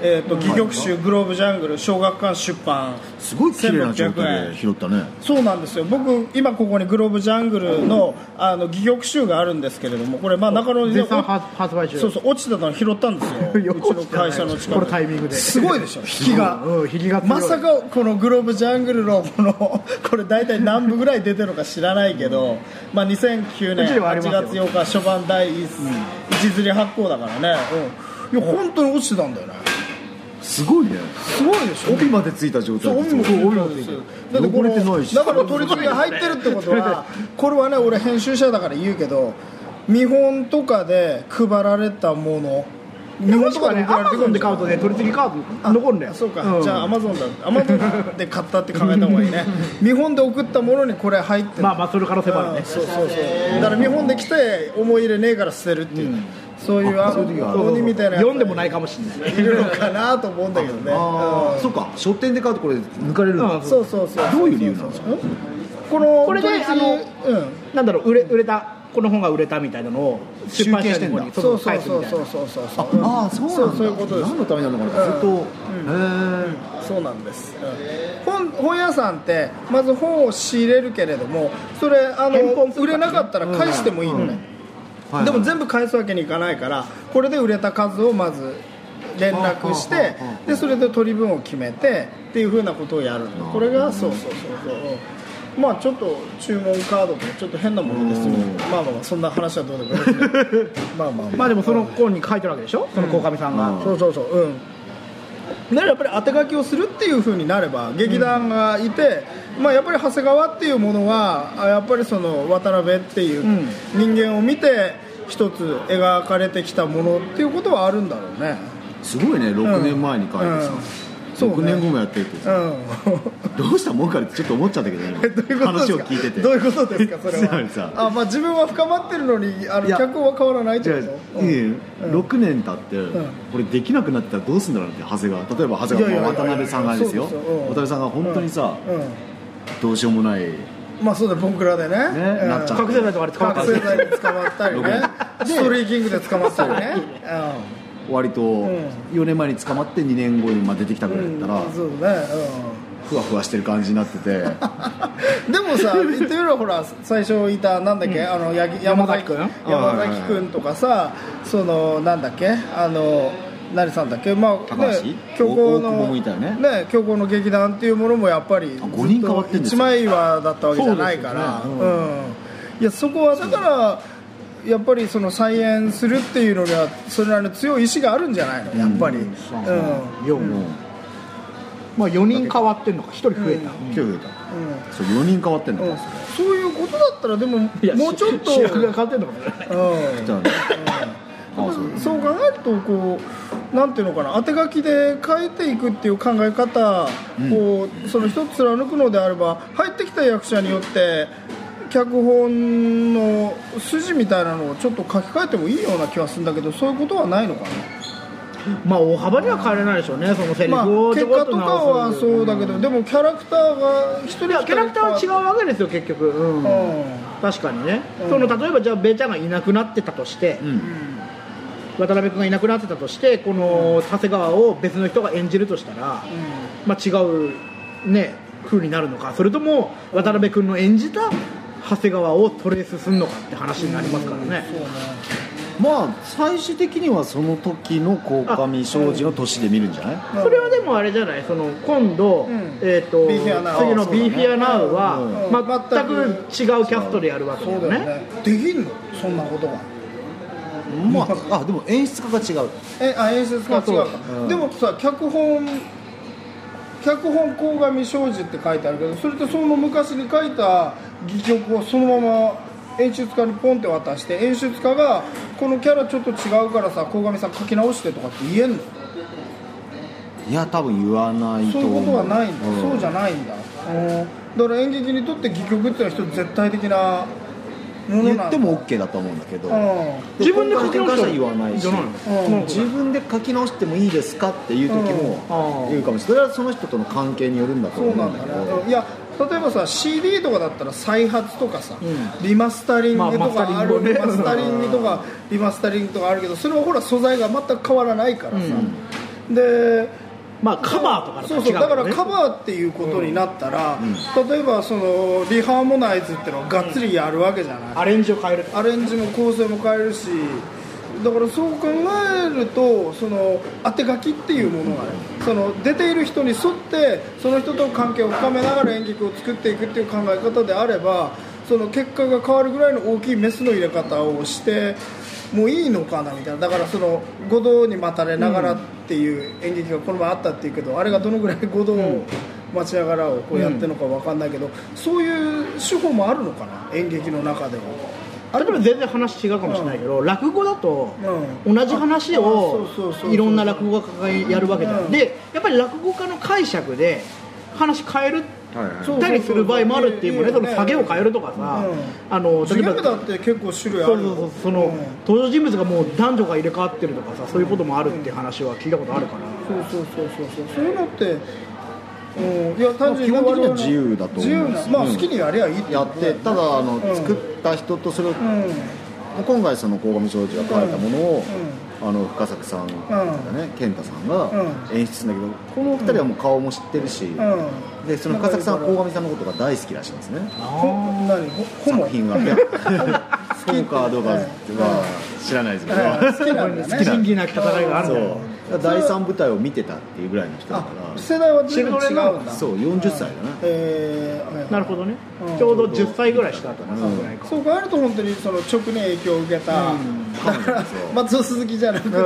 えー、と戯曲集「グローブジャングル」小学館出版
すごい綺麗な状
1600円
態で拾ったね
そうなんですよ僕今ここにグローブジャングルのあの戯曲集があるんですけれどもこれまあ中野にね
絶賛
お
発発売中
そうそう落ちてたの拾ったんですよ
よ
う
く
ちの会社の近く
このタイミングです
ごいでしょ引きが
うん引きが強い
まさかこのグローブジャングルのこのこれ大体何部ぐらい出てるのか知らないけどまあ2009
うちに
年
はあり
8
ますよ
月8日初版第一一釣り発行だからねうんいや本当に落ちてたんだよね
すごいね
すごいでしょ
帯までついた状態
そう帯も
そう帯
も
までついた
だってこ
汚れて
の
ないし
中の取り付けが入ってるってことはこれはね俺編集者だから言うけど見本とかで配られたもの見
も
本
し
と
くは
か
ね
で
ア
送られて
マ
く
ゾ
る
ン
んじ
で
ゃな
買う
い
とね取り次ぎカード残るんだよ
そうか、
ん
じゃあアマゾンだアマゾンで買ったって考えた方がいい ね見本で送ったものにこれ入ってる
まあまあそれ可能性もあるね
そうそうそうだから見本で来て思い入れねえから捨てるっていう、そういうあの鬼みたいなやつ
読んでもないかもしれない
いるのかなと思うんだけどね
あ
う
あ
ん
そうか書店で買うとこれ抜かれるんだ
うん
そうそうそう
どういう理由なんですか
んこの
これで
取り次ぎ
あの
うん
なんだろう売れ売れたこの本が売れたみたいなのを出版社にこう
集計してん
そ
そうう
そう
返すみ
そうそうそ
たいな
うそうそう
ああそうなんだ
そういうことです
何のためなのかなずっと、
うん
へえ
そうなんです、本本屋さんってまず本を仕入れるけれどもそれあ
返
の
本するから
売れなかったら返してもいいのね、
はい
でも全部返すわけにいかないからこれで売れた数をまず連絡し
はあは
て
あはあ
でそれで取り分を決めてっていうふうなことをやるのこれがそうそうそうそうまあちょっと注文カードもちょっと変なものですけど
うん
まあまあまあそんな話はどうでもいい ですけどまあまあ
まあでもその本に書いてるわけでしょその鴻上さんが、
うん
そうそうそううんならやっぱり当て書きをするっていう風になれば劇団がいて、まあ、やっぱり長谷川っていうものはあやっぱりその渡辺っていう
うん
人間を見て一つ描かれてきたものっていうことはあるんだろうね
すごいね6年前に書いてさ、
うんそうね
6年後もやってるって
うん
どうしたもんかねってちょっと思っちゃったけどね
どういうことです
話
か
を聞いてて
どういうことですかそれ
違う
は
さ
あまあ自分は深まってるのにあの
いや
脚本は変わらないって
じゃ
こ
あ、
と
いい
うん
6年経って、
ん
これできなくなってたらどうするんだろうって長谷川例えば長谷
いやいやい
川
や
渡辺さんがですよ
そうですようん
渡辺さんが本当にさ、
う
どうしようもない
んまあそうだよボンクラでねうん
なっちゃった
覚醒剤とかで捕まった
覚
ん
醒
ですよ
剤に捕まったりねストリーキングで捕まったりね
割と4年前に捕まって2年後にまあ出てきたぐらいだったら、
うんそうだねうん
ふわふわしてる感じにな ってて
でもさ、言ってみればほら最初いたなんだっけ、あのやぎ山崎
山
君
崎
山崎君とかさ、そのなんだっけあの何さんだっけまあ
高
ね
橋
強豪
大久保
の
もいたよね
強豪の劇団っていうものもやっぱりずっ
五人変わってんです
一
よ
枚岩だったわけじゃないから、、
そううですよねうん
いやそこはだから。やっぱりその再演するっていうのにはそれなりの強い意志があるんじゃないのやっぱり、うん
そういやもう
まあ4人変わってんのか1人増えた、
今日増えたそう4人変わってんの
うん
か、
そういうことだったらでもも
いや
うちょ っと
主役が変わってんのかもしれない
うん
じゃあねあそ
そ
う
う考えるとこうなんていうのかな当て書きで変えていくっていう考え方を、その一つ貫くのであれば入ってきた役者によって脚本の筋みたいなのをちょっと書き換えてもいいような気はするんだけどそういうことはないのかな、
まあ大幅には変えれないでしょうねそのセリ
まあ、
フをち
結
ょこ
果
っ
とか
と
は
直す
そうだけど、でもキャラクターが一人
いやキャラクターは違
う、
うわけですよ結局、うん
う
確かにね、その例えばじゃあベイちゃんがいなくなってたとして、
うん
渡辺君がいなくなってたとしてこの長谷川を別の人が演じるとしたら、まあ、違うね風になるのかそれとも渡辺君の演じた長谷川をトレースするのかって話になりますからね、
まあ最終的にはその時の鴻上庄司の年で見るんじゃない
ん
それはでもあれじゃないその今度、
ん
えー、と
Be Here Now
次の「ビーフィアナウは
うん
全く違うキャストでやるわけだ
そ
よ
うだよ
ね
ねできんのそんなことが
まああでも演出家が違う
えあ演出が違う
まあ
か、
うん
でもさ脚本脚本鴻上庄司って書いてあるけどそれってその昔に書いた戯曲をそのまま演出家にポンって渡して演出家がこのキャラちょっと違うからさ鴻上さん書き直してとかって言えんの
いや多分言わないと
そうい
思う
うことはないんだ、
うん
そうじゃないんだ、うんだから演劇にとって戯曲ってのは一つ絶対的なものなんだ
言っても OK だと思うんだけど、
うん
自分で書き直したら
言わないし
じゃない
うん
の
自分で書き直してもいいですかっていう時
う
も
ん
言うかもしれないそれはその人との関係によるんだと
そう
思
な
うん
んだ
だけ
ね、
ど
いや例えばさ CD とかだったら再発とかさ、
う
リマスタリングと
ま
か
あ
ある、リマ
マ
ス
ス
タ
タ
リ
リ
ン
ン
グ
グ
とかリマスタリングとかあるけどそれはほら素材が全く変わらないからさ、で
まあカバーとかだと
そ
違
うそう
う
だから
ね
カバーっていうことになったら、例えばそのリハーモナイズってのをがっつりやるわけじゃない、
アレンジを変えると
アレンジも構成も変えるしだからそう考えるとその当て書きっていうものがねその出ている人に沿ってその人との関係を深めながら演劇を作っていくっていう考え方であればその結果が変わるぐらいの大きいメスの入れ方をしてもういいのかなみたいなだからその五道に待たれながらっていう演劇がこの前あったっていうけどあれがどのぐらい五道を待ちながらをこうやってるのか分かんないけどそういう手法もあるのかな演劇の中では。
例えば全然話違うかもしれないけど、落語だと
うん
同じ話
あ
を
そうそうそうそう
いろんな落語家がやるわけじゃん、
うん
でやっぱり落語家の解釈で話変える
はいはい
そう
たりする場合もあるっていうもんね
そう
そ
そう
の下げを変えるとかさ、
う
あの
授
例え
業
ば
だって結構種類あ
そう
る
そう
よ
そうその、
うん
登場人物がもう男女が入れ替わってるとかさそういうこともあるっていう話は聞いたことあるから、
そうそうそうそうそうそういうのって、うん、いや単純に
まあ基本的
我々
には
の
自由だと思
自由
うんで
な
す
まあ
うん
好きにやりゃいい
やっ
ことだ
て
よね
ただあの、
うん
作った人とそれを、
うん
今回その鴻上庄司が書いたものを、あの深作さんとかね、健太さんが
う
演出するんだけどこの二人はもう顔も知ってるし、
うん
でその深作さんは鴻上さんのことが大好きらしいんですね
ほ何ほほも
作品は好きかどうかは知らないですけど、
うん好きなんだね
好きなん
仁義なき戦いがあるんだよ
そう第三舞台を見てたっていうぐらいの人だ
あ
か
世代は全然違
チルドレン
うんだ
らそう40歳だな、
えーはいはい
なるほどね、
うん
ちょうど10歳ぐらいしたとかさ、
うん
ぐらいか
そう考えると本当にその直に影響を受けた、だから松尾鈴木じゃなくて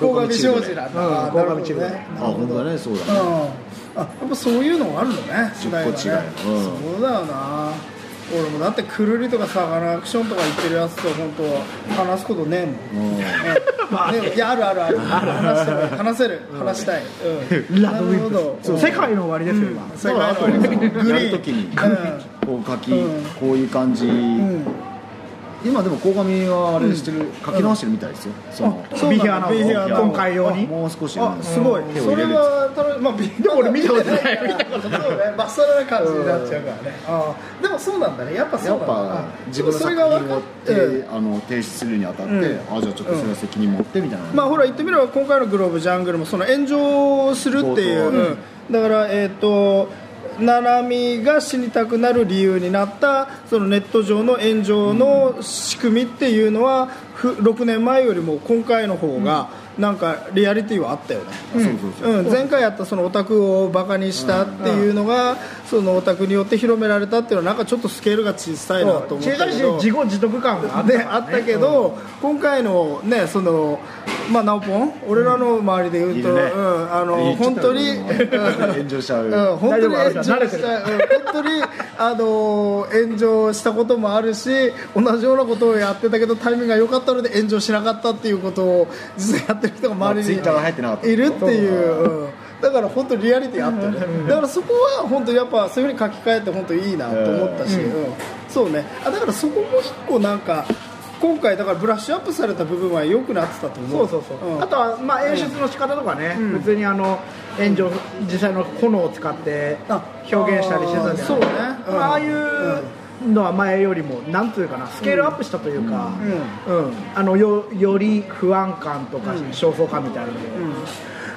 鴻上庄司なんだ
うん
なるほど
鴻上庄司ね
あ本当だねそうだね、
うんあやっぱそういうのがあるのね
10個違い
時代がね
うん
そうだよな俺もだってくるりとかさあのアクションとか言ってるやつと本当話すことねえもん
まあ
ね、いやあるあるある話せる話せる話したい、うん、
ラ
な
ブウ
る
ィ
ほ
ン
ど
プスそう世界の終わりですよ今、
世界の
だからあと
グリ
やる
ーン
時に
うん
こう書き、
うん
こういう感じ、
うん
今でも鴻上はあれしてる、書き直してるみたいですよ、その
あそう
ビ
なんだ
ヒアナを
ビヒアナを
今回用に
もう少しね
あすごい
手を
そ
入れ
れ
る
はたまあビでも俺見たことない見たことないそうねまあそれな感じになっちゃうからねあーでもそうなんだねやっぱそ
や
う
っ
なんだ
ぱ
あ
自分の作品
でもそれが分
を
かって
提、あの提出するにあたって、
う
あじゃあちょっとそれは責任持ってみたいな、
まあほら言ってみれば今回のグローブジャングルもその炎上するっていう、
冒頭
うんだからえっ、とナナミが死にたくなる理由になったそのネット上の炎上の仕組みっていうのは、ふ6年前よりも今回の方がなんかリアリティはあったよね、
そうそうそう、
うん、前回やったそのオタクをバカにしたっていうのがそのオタクによって広められたっていうのはなんかちょっとスケールが小さいなと思ったけど
自業自得感があった
であったけど、今回のねそのまあナオポン俺らの周りで言うと、
いるね
うんあの
言っちゃっ
本
た
当に
もう炎上しちゃう、
うん、本当に
大
炎上
丈夫
した、うん、本当に、あのー炎上したこともあるし同じようなことをやってたけどタイミングが良かったので炎上しなかったっていうことを実際やってる人が周りに、
まあ Twitter が入ってなかった
いるっていう、うんだから本当リアリティあったよねだからそこは本当やっぱそういうふうに書き換えて本当いいなと思ったし、うんそうねあだからそこも一個なんか今回だからブラッシュアップされた部分は良くなってたと思
そううそうそう、
ん
あとはまあ演出の仕方とかね、普通にあの炎上実際の炎を使って
あ
表現したりしてたじゃん
そうねうん
まあ、ああいうのは前よりもなんというかなスケールアップしたというか、うんあのよより不安感とか焦燥感みたいなので、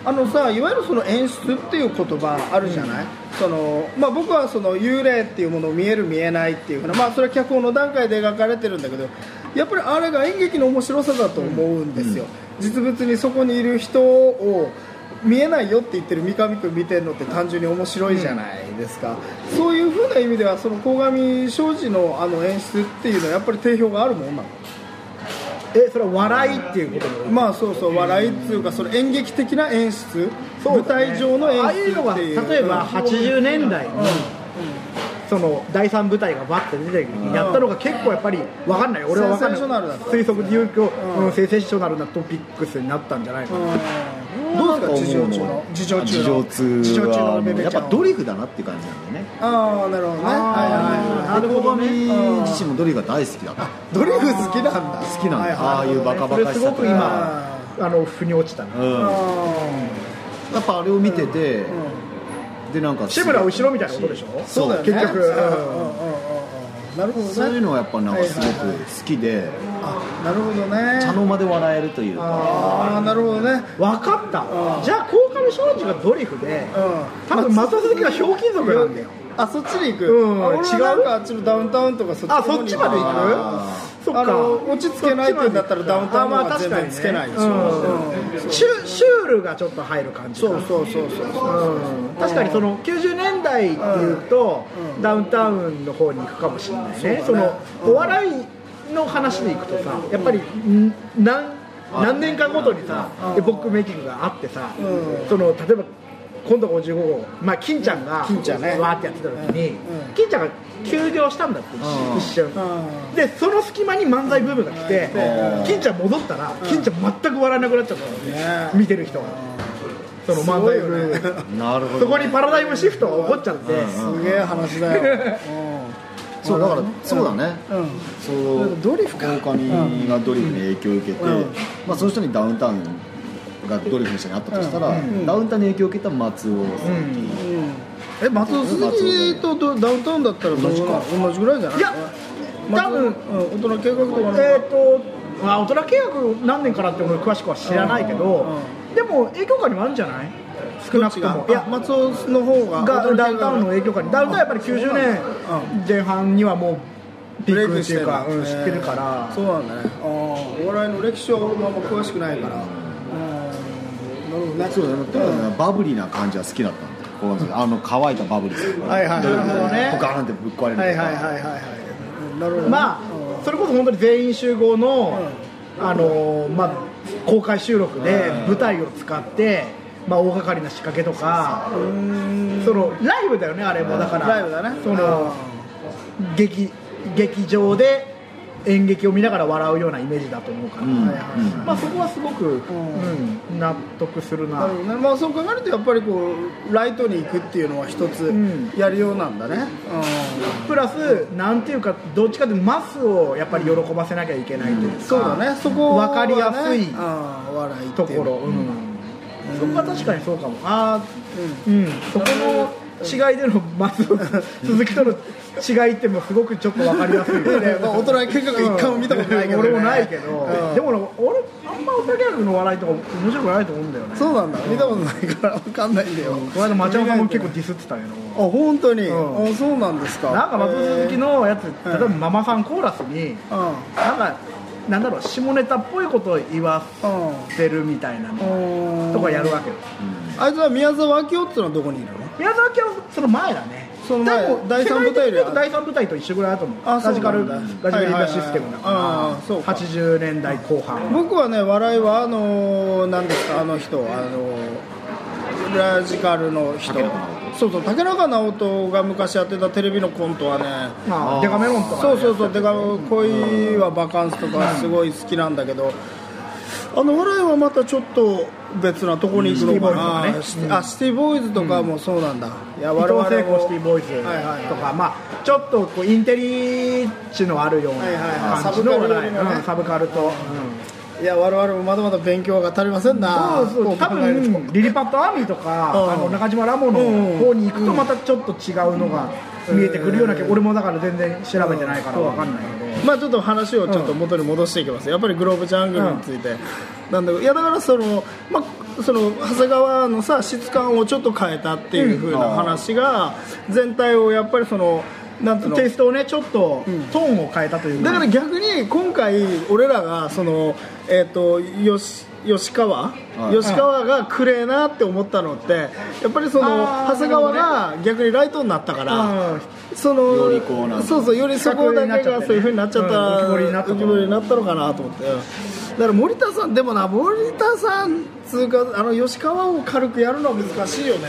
あのさいわゆるその演出っていう言葉あるじゃない、そのまあ、僕はその幽霊っていうものを見える見えないっていうふうな、まあ、それは脚本の段階で描かれてるんだけどやっぱりあれが演劇の面白さだと思うんですよ、実物にそこにいる人を見えないよって言ってる三上君見てるのって単純に面白いじゃないですか、そういうふうな意味ではその鴻上庄司のあの演出っていうのはやっぱり定評があるもんなの
えそれは笑いっていうことも
まあそうそう笑いっていうかその演劇的な演出、舞台上の演出
あ
っ
あ
て
い
いう
のが
う
例えば80年代に、その第三舞台がバッて出てきてやったのが結構やっぱり分かんない俺は分かん
センセ
な
ー
い
ショナルだった
推測で言うと、
ん
うん、センセーショナルなトピックスになったんじゃないかな、
うんどうですか事情中の
事情中の
事情中のベベちゃん
やっぱドリフだなっていう感じなんだよね
ああなるほどね
あ
は
れ
いはい
小
はい
上自身もドリフが大好きだった
ドリフ好きなんだ
好きなんだ、
はいはい
ああいうバカバ
そ
カ
れ
し
す
さ
ご
と
く
か
今
あ
あの腑に落ちたな
うん、やっぱあれを見てて、でなんか
志村は後ろみたいなことでしょ
そう
だよね
結
う
局、
んうんうん
うん
うんなるほどね
そういうのがやっぱなんかすご
はいはいはい
く好きで、
あなるほどね
茶の間で笑えるというか
ああなるほどね
分かった
うん
じゃあ高価の少女がドリフ
う
で
ん
多分松田鈴木はひょうきん族なんだよ
あそっちに行く、
うん
あ俺はなん
違う
かあっちのダウンタウンとかそっち
あそっちまで行
あ
くそっ
あの
か
落ち着けないって言うんだったらダウンタウンの方が全然つけないでしょ
あまあ確かにねうんシュシュールがちょっと入る感じか
そうそうそうそうそう
うん確かにその90年代っていうと、ダウンタウンの方に行くかもしれないねそのお笑いの話でいくとさやっぱりん何何年かごとにさエポックメイキングがあってさ、
う
その例えば今度55号、まあ、金ちゃんが
金ちゃんね
わーってやってた時に、
うんうん
金ちゃんが休業したんだって一瞬
うん
一瞬、
う
でその隙間に漫才ブームが来て、
うん
金ちゃん戻ったら、金ちゃん全く笑えなくなっちゃったの、
ね
見てる人が、その漫才ブーム、
すごいよね
なる
そ
ほど
こにパラダイムシフトが起こっちゃって、
すげえ話だよ、
そうだからそうだね、
うんうん
そう
ドリフか
大上がドリフに影響を受けて、
うん
まあ、その人にダウンタウンがドリフの人にあったとしたら、ダウンタウンに影響を受けた松尾さん、
え松尾鈴木とどダウンタウンだったらどう同じぐらいじゃない
いや
松
多分
うん、大人計画とかの
えっ、と、まあ、大人契約何年からって俺詳しくは知らないけど、
う
でも影響下にもあるんじゃない少なくとも
い
い
や
や
松尾の方が
がダウンタウンの影響下にダウンタウンやっぱり
そうなんだ
90年前半にはもうピークっていうか、
ブレイ
うん
ク
知
してん
っ
だ
てるから、
そうなんだねあーお笑いの歴史は俺もあんま詳しくないからうんなるほどね
そうだねだからね、バブリーな感じは好きだったんだよこうあの乾いたバブリーとか
はいはい
ドリフで
なるほどね
ガーンってぶっ壊れるとか、
はいはいはいはいはいなるほどね
まあそれこそ本当に全員集合の、あのーまあ、公開収録で舞台を使って、まあ、大掛かりな仕掛けとか、そのライブだよねあれもだから
ライブだね
その劇劇場で演劇を見ながら笑うようなイメージだと思うから、
うん
はいはい
うん
まあ、そこはすごく、うん納得する
な
な
るほどねまあ、そう考えるとやっぱりこうライトに行くっていうのは一つ
ん
やるようなんだね、
プラスなんていうかどっちかというとマスをやっぱり喜ばせなきゃいけないというか、
うんそうだねそこはね
分かりやすい
うん笑いって
と
いう
ころ、
の
うんそこは確かにそうかもああうん、そこの違いでのマスを鈴木との違いってもすごくちょっと分かりやすい よ
ねまあ大人計画一回も見たことないけど、ね、
俺もないけど、
うん
でも俺あんまおたけ役の笑いとか面白くないと思うんだよね
そうなんだ見たことないから分かんないんだよ、
この間町山さんも結構ディスってたけど
あ本当に、
うん
あそうなんですか
なんか松鈴木のやつ例えばママさんコーラスに
えー
なんかなんだろう下ネタっぽいことを言わ
うんうん
せるみたいなの
と
とかやるわけよ
あいつは宮沢明夫っていうのはどこにいるの
宮沢家はその前だね
その前
でも
第三部隊より
世界的に言うと第三部隊と一緒ぐらいだと思う
あそう
ラジカ
なん
ル
だ
ラジカルリーダーシステムだから、
はいはいはいあーそうか
80年代後半
僕はね笑いはあのー、何ですかあの人あのー、ラジカルの人
竹中直
そうそう竹中直人が昔やってたテレビのコントはね
まあデカメロンとか
そうそうそうでか恋はバカンスとかすごい好きなんだけどあの笑いはまたちょっと別なとこに行くのかな
シ
シティあシティボーイズとかもそうなんだ、いや
伊藤聖
も
子シティボーイズとか、
はいはい
まあ、ちょっとこうインテリ知のあるような
はいはいはい
感じの
サブカルよ
笑
り
い
もね
うんサブカルと、
いや我々もまだまだ勉強が足りませんな
そうそ
こ
う多
考えると
分リリパットアーミーとか、
うん
あの中島ラモの方に行くとまたちょっと違うのが見えてくるような気、俺もだから全然調べてないから分かんないけど、
まあちょっと話をちょっと元に戻していきます、やっぱりグローブジャングルについて、なんだけどいやだからその,、まあ、その長谷川のさ質感をちょっと変えたっていう風な話が全体をやっぱりそのなんていうの
テイストをねちょっとトーンを変えたという
だから逆に今回俺らがそのえっ、とよし吉川、
はい
吉川がくれえなって思ったのってやっぱりその
あー
長谷川が逆にライトになったから、
うん
その
よりこうなんか
そうそうよりそこだけがそういうふうになっちゃった
うん浮き彫りになったと
浮き彫りになったのかなと思ってうんだから森田さんでもな森田さんつうかあの吉川を軽くやるのは難しいよね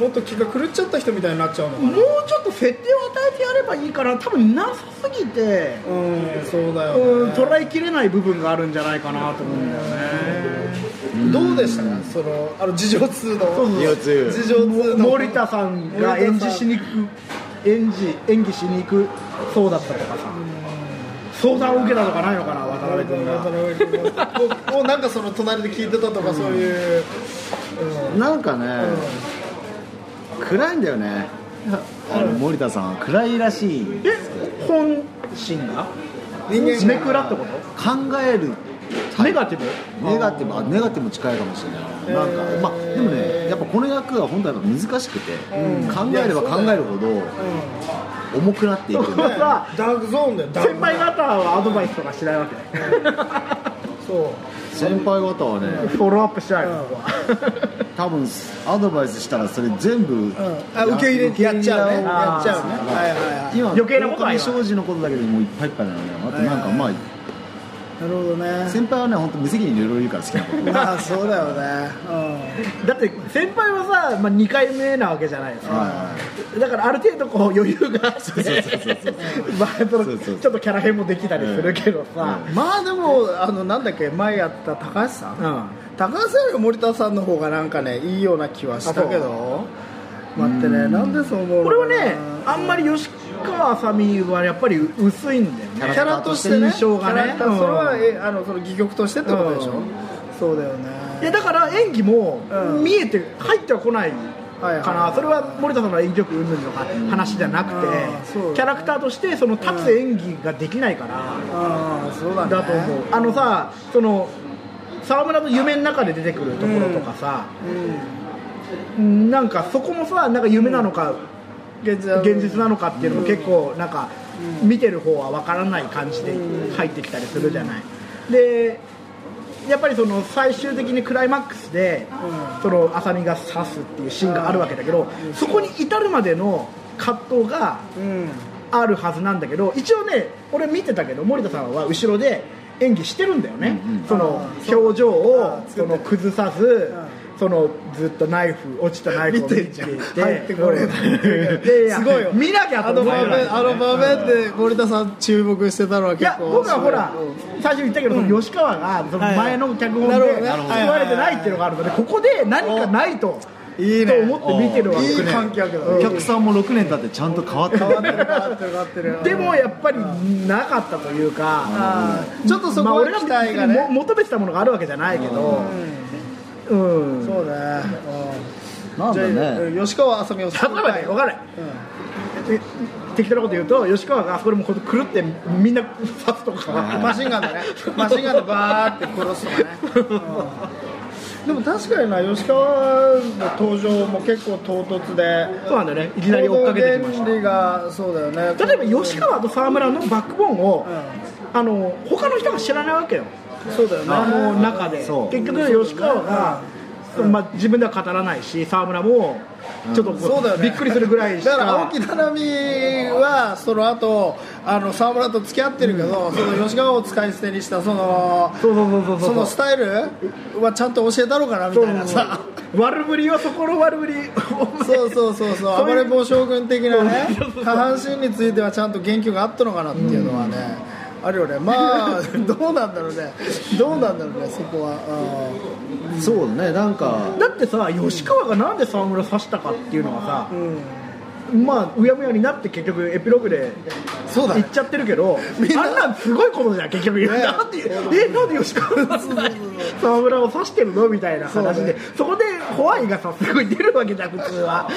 もっと気が狂っちゃった人みたいになっちゃうのか
も
な
うちょっと設定を与えてやればいいから多分なさすぎて、
うんそうだよ、ね
うん、捉えきれない部分があるんじゃないかなと思うんだよね
どうでしたか、そのあの事情通の
二四つ
事情通の
森田さんが演じしに行く演じ演技しに行くそうだったとかさ相談を受けたとかないのかな渡辺君が
ををなんかその隣で聞いてたとかそういう、
なんかね、暗いんだよねあの森田さん暗いらしい
え本心が
人間
目くらってこと
考える
ネガティブ
ネガティブあネガティブも近いかもしれないなんか、まあ、でもねやっぱこの役が本当はやっぱ難しくて、考えれば考えるほど重くなっていくんだよね
さ
ダークゾーンだよダーク
先輩方はアドバイスとかしないわけ
そう
先輩方はね
フォローアップしないの
うん
多分アドバイスしたらそれ全部
あ受け入れてやっちゃうねや
あ
っ
ー
ちゃうねはいはいはい
今
余計なことは言わな
大
い
谷庄司のことだけでもういっぱいいっぱいなのよあとなんかまあ
なるほどね
先輩はね本当無責任でいろいろ言うから好きなこと
まあそうだよね
だって先輩はさ、まあ、2回目なわけじゃないですか
は
だからある程度こう余裕があって
そうそうそうそう
まあその
そうそう
ちょっとキャラ変もできたりするけどさ、
うんまあでもあのなんだっけ前やった高橋さん、
うん
高橋さんより森田さんの方がなんかねいいような気はしたけど待ってねなんでそう思うの
これは
かな
ねあんまり吉川あさみはやっぱり薄いんだよ
キ
ね
ャラとしてね
印象がね
キャラクター
うん
それはえあのその戯曲としてってことでしょ、
う
そうだよ
い
ね
やだから演技も
うん
見えて入ってはこない
はい
かなそれは森田さんの演技力云々とか話じゃなく
うんそうだね
てキャラクターとしてその立つ演技ができないから
ああそうだね
だと思うあのさその沢村の夢の中で出てくるところとかさなんかそこもさなんか夢なのか
現実
現実なのかっていうのも結構なんか見てる方は分からない感じで入ってきたりするじゃないでやっぱりその最終的にクライマックスでその浅見が刺すっていうシーンがあるわけだけどそこに至るまでの葛藤が
うん
あるはずなんだけど一応ね俺見てたけど森田さんは後ろで演技してるんだよね、
うんうん
その表情をその崩さず、そのずっとナイフ落ちたナイフを見ていて
見てんじゃん入ってこれ
うんでや
すごいよ
見なきゃ
あ
と
の
思
場
いながら
面あの場面で森田さん注目してたのはい結
や
構
僕はほら最初言ったけど、その吉川がその前の脚本で
はいはいなるほどね
使われてないっていうのがあるのでここで何かないと
いいね
と思って見てるわけ
いい
ね
観客だ
お
ね
客さんも6年経ってちゃんと変わってる
変わってる変わってる
でもやっぱりなかったというか、
ちょっとそ
まあ、
こは
俺が
期
別
待が
にも
ね
求めてたものがあるわけじゃないけど、うん例
そうね
なんだね
じゃあ吉川あさみを
えばね分かんない、え適当なこと言うと吉川があそこでもう狂ってみんな刺すとか、
マシンガンでねマシンガンでバーって殺すとかね、 でも確かにな吉川の登場も結構唐突で
そうなんだよねいきなり追っかけてきまし
行動
た
原理がそうだよね
例えば吉川と沢村のバックボーン
う
を、あの他の人が知らないわけよ
そうだよね
あの中で
そう
結局吉川が、まあ、自分では語らないし沢村もちょっとこう
そうだよね
びっくりするぐらいし
だから青
か
木七海はその後あの沢村と付き合ってるけど、その吉川を使い捨てにしたその
そうそうそうそう
そのスタイルはちゃんと教えたのかなみたいなさ
悪ぶりはそこの悪ぶり
そうそうそうそう
そうい
暴
う
れ坊将軍的なね
そうそう
下半身についてはちゃんと言及があったのかなっていうのはね、あるよねまあ どうなんだろうねどうなんだろうねそこは
そうだねなんか
だってさ吉川がなんで沢村刺したかっていうのがさ、まあうやむやになって結局エピローグで
うんそうだ
言
ね
っちゃってるけど、あんなんすごいことじゃん結局言う、
ね
なんでえなんで吉川が沢村を刺してるのみたいな話でそ,、
そうね
こでホワイがさすごい出るわけじゃん普通は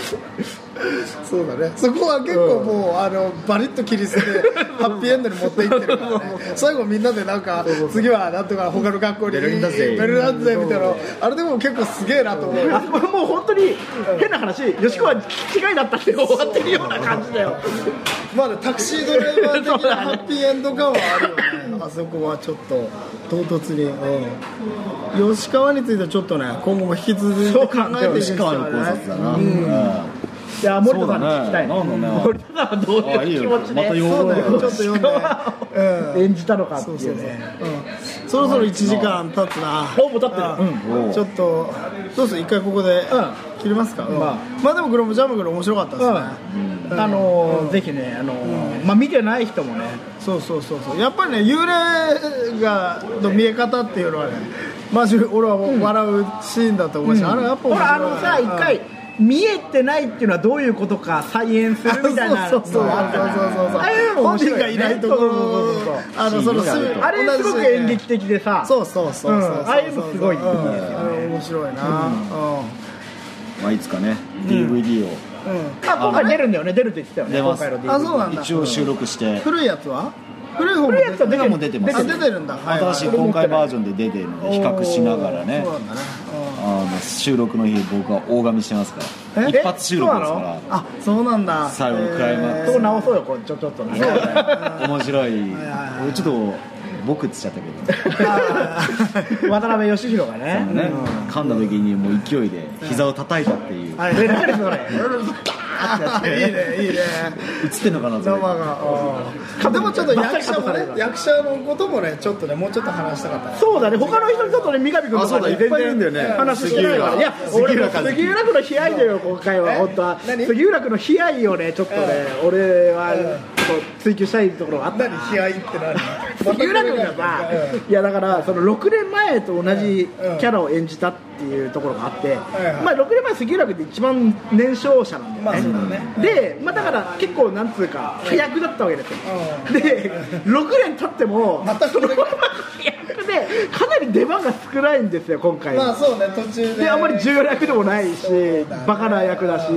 そうだねそこは結構もう、あのバリッと切 り捨ててハッピーエンドに持っていってるから、ね、 最後みんなでなんか次はなんとか他の学校に
ベルリンだぜ
ベルリンだぜみたいなあれでも結構すげえなと思うよ
あそこもう本当に変な話吉川気違いだったって終わってるような感じだよ
まだタクシードライバー的なハッピーエンド感はあるよねあそこはちょっと唐突に、うん吉川についてはちょっとね今後も引き続いて
そう
考
考
え
え
てい
てい
き
き
たい
た
吉川の考察だな、うん
いや森田さんに聞きたい、
そうだねなんだね
森田さんはどう
あい
い
いう
気
よ
持ちで、
また呼ぼう
そうだよちょっと
吉
読んで
川を演じたのかっていうね
そうそううんそろそろ1時間経つな
おもう立ってる、
おう
ちょっとどうする一回ここで
う
切りますか、
まあ
まあでもグロムジャムグロ面白かったですね、
あのーぜひね、あのーまあ、見てない人もね
そうそうそうそうやっぱりね幽霊がの見え方っていうのはねマジ俺は笑うシーンだと思うし、あれやっぱ
ほ
面白い
らあのさ一回見えてないっていうのはどういうことか再演するみたいな
そうそうそうそうそうそう
あ
そう
あいうのも
本
面
人
白
が
いよね
いないところ
そうそうそうそう
あのそのすぐ
あれすごく演劇的でさ
そうそうそうそうそう、
うんああいうのすごいいいですよね
うんあれ面白いな、うん
まあ、いつかね DVD を
あ今回出るんだよね出るって言ってたよね
出
今
ます
回の DVD
あそうなんだ
一応収録して、
古いやつは古い方も
古いやつは
今も出てます
あ出てるんだ、はい
新しい今回バージョンで出てるので比較しながらね
そうなんだねうん
あの収録の日僕は大神してますから
え
一発収録ですか
あそうなんだ
最後クライマック
そ
ス
こ直そうよこれちょちょっとね
ら面白い
はい
俺ちょっと僕っつっちゃったけ ど
渡辺義弘がね
ね噛んだ時にもう勢いで膝を叩いたっていう映
は
え何それ
いいいねいいね
ってんのかなと
生
思って
がうんでもちょっと役者もね 役者のこともねちょっとねもうちょっと話したかった
そうだね他の人にちょっとね三上君と
あそ
か
うだ
に
いっぱいいるんだよね
話してないからいや
杉浦
俺も
杉浦和樹
杉浦君の悲哀だよ今回は
え
本当は
何
杉浦君の悲哀をねちょっとね俺はこう追求したいところがあった
何悲哀って何
杉浦君がさいやだからその6年前と同じ
うん
キャラを演じたっていうところがあって
はいはい
まあ6年前杉浦君って一番年少者なんだよね
まあそうだね
で、まあ、だから結構なんつうか火薬だったわけですよ、で6年経っても
ま たこれが
火薬でかなり出番が少ないんですよ今回、
まあそうね途中で
であんまり重要な役でもないし、バカな役だし、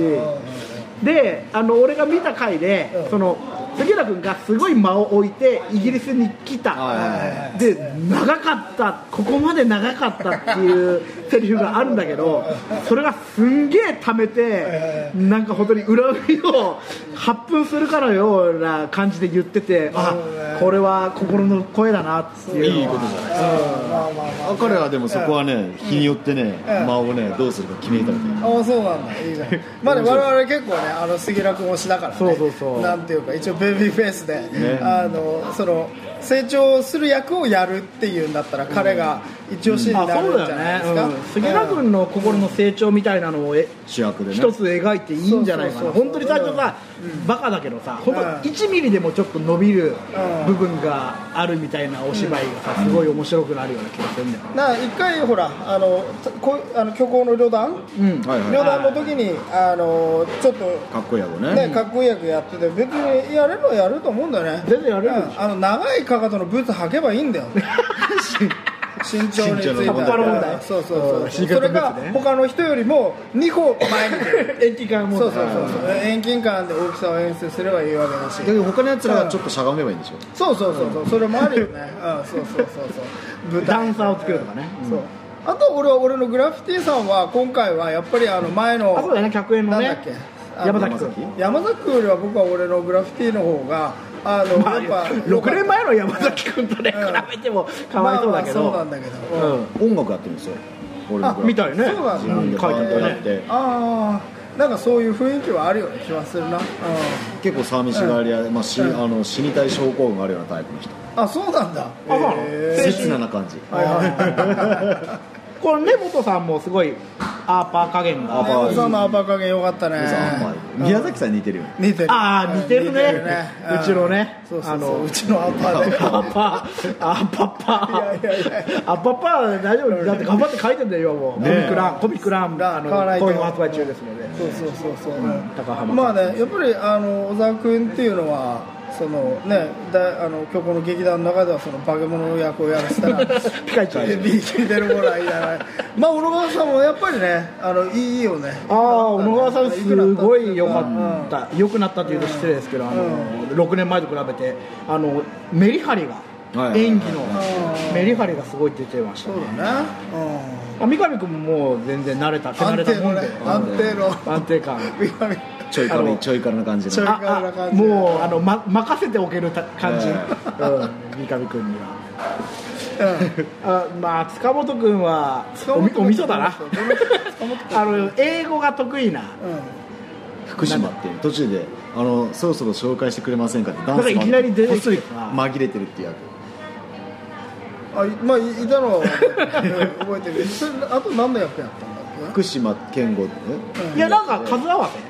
であの俺が見た回で、その杉浦君がすごい間を置いてイギリスに来た、
はいはい
で長かったここまで長かったって いうセリフがあるんだけどそれがすんげえ溜めてなんか本当に裏切りを 発奮するかのような感じで言っててあこれは心の声だなっていう
いい
の
こ
は
とじゃないですかあ彼はでもそこはね日によってね間をねどうするか決めたみたいな
ああそうなんだいいじゃんまあね我々結構ねあの杉浦君推しだからね
そうそうそう
なんていうか一応ベベビーフェイスで、あのその成長する役をやるっていうんだったら彼が一押しに
あ
な
そう
るん
だ
じゃ
よ
ない
ね
ですか、
うん杉田君の心の成長みたいなのをえ
主役でね
一つ描いていいんじゃないか
そ
な
うそうそう
本当に最初さバカだけどさ本当
うん
1ミリでもちょっと伸びる
う
部分があるみたいなお芝居がさすごい面白くなるような気がする んだよね
な一回ほらあのたこあの虚構の旅団
うん
はい
旅
は
団の時にあのちょっと
いかっこいいやろ
ね、
ね
かっこいい役やってて別にやれるのはやると思うんだよね
全然やれるでしょ
うんあの長いかかとのブーツ履けばいいんだよ身長について
身長の問題他の問
題
そうそうそう
う
そ
んシー
う
ク
そ
レット
れ
ブー
が
ツね
他の人よりも2個前に出る
延期感も
そうそうそうそう遠近感で大きさを演出すればいいわけだし
だけど他のやつらはちょっとしゃがめばいいんでしょ
そうそうそうそうそれもあるよねうんそうそうそうそう舞
ダ
台
ンサーを作るとかね
そうあと俺は俺のグラフィティさんは今回はやっぱりあの前の
あそうだね客演の
なん
ね
だっけあの
山崎
山
君
崎
山崎君よりは僕は俺のグラフィティの方があの、
ま
や
あ
っ ぱ
6年前の山崎君とね
うん
比べてもかわいそうだけ
まあまあ
ど
そうなんだけど、
うん
音楽やってるんですよ俺の
あ
グラ
みたいね
そうなんだ、
うん
書いてあったね
えーああなんかそういう雰囲気はあるような気はするな、うん、
結構寂しがり屋、まあし
うん
あの死にたい症候群があるようなタイプの人
あそうなんだ
そうなの
えー
刹那な感じ
はいはいはい
この根本さんもすごいアーパー加減が
アーパー
山本さんのアーパー加減よかったね
宮崎さんに似てるよね
似てる
ああ似てるね
うん
うちのね
そうそうそ
あ
う
の
うちのアーパーで
アッパーアッパッパ
いやいやい
ーアッパッパー大丈夫だって頑張って書いてんだよ今もうコミ
ねえ
ックランコミックラン
ラン
あの
買わないと
好評発売中ですので
そうそうそうそう、
高浜
まあねやっぱりあの小沢君っていうのはそのねだあの虚構の劇団の中ではその化け物の役をやらせた ら
ピカイチ
ビーチに出るものはいら ないまあ小野川さんもやっぱりねあのいいよね
ああ小野川さんすごい良か
うん
った良くなったというと失礼ですけどあの6年前と比べてあのメリハリ
はいはい
が
はい
演技の
うん
メリハリがすごい出てました
そ
ね
うだね、
まあ三上君ももう全然慣れた手
うん、
慣れ
安
た
定の
もん
ね
で
安定の
安定感
三上
ちょい軽いちょい軽な感じ
ちょい
の
あ
こんな感
あ
じで
もうあの、ま、任せておけるた感じ、
ええ
うん、三上君には
うん
あまあ塚本君はおみお味噌だな
塚本君
あの英語が得意な
福島っていう途中であのそろそろ紹介してくれませんかってダンス
なんかいきなり出てきて
こっそり紛れてるっていう役
うんあまあいいたのは覚えてるそれあと何の役やったんだっ
福島健吾ってね
け、うん
いやなんか数合わせ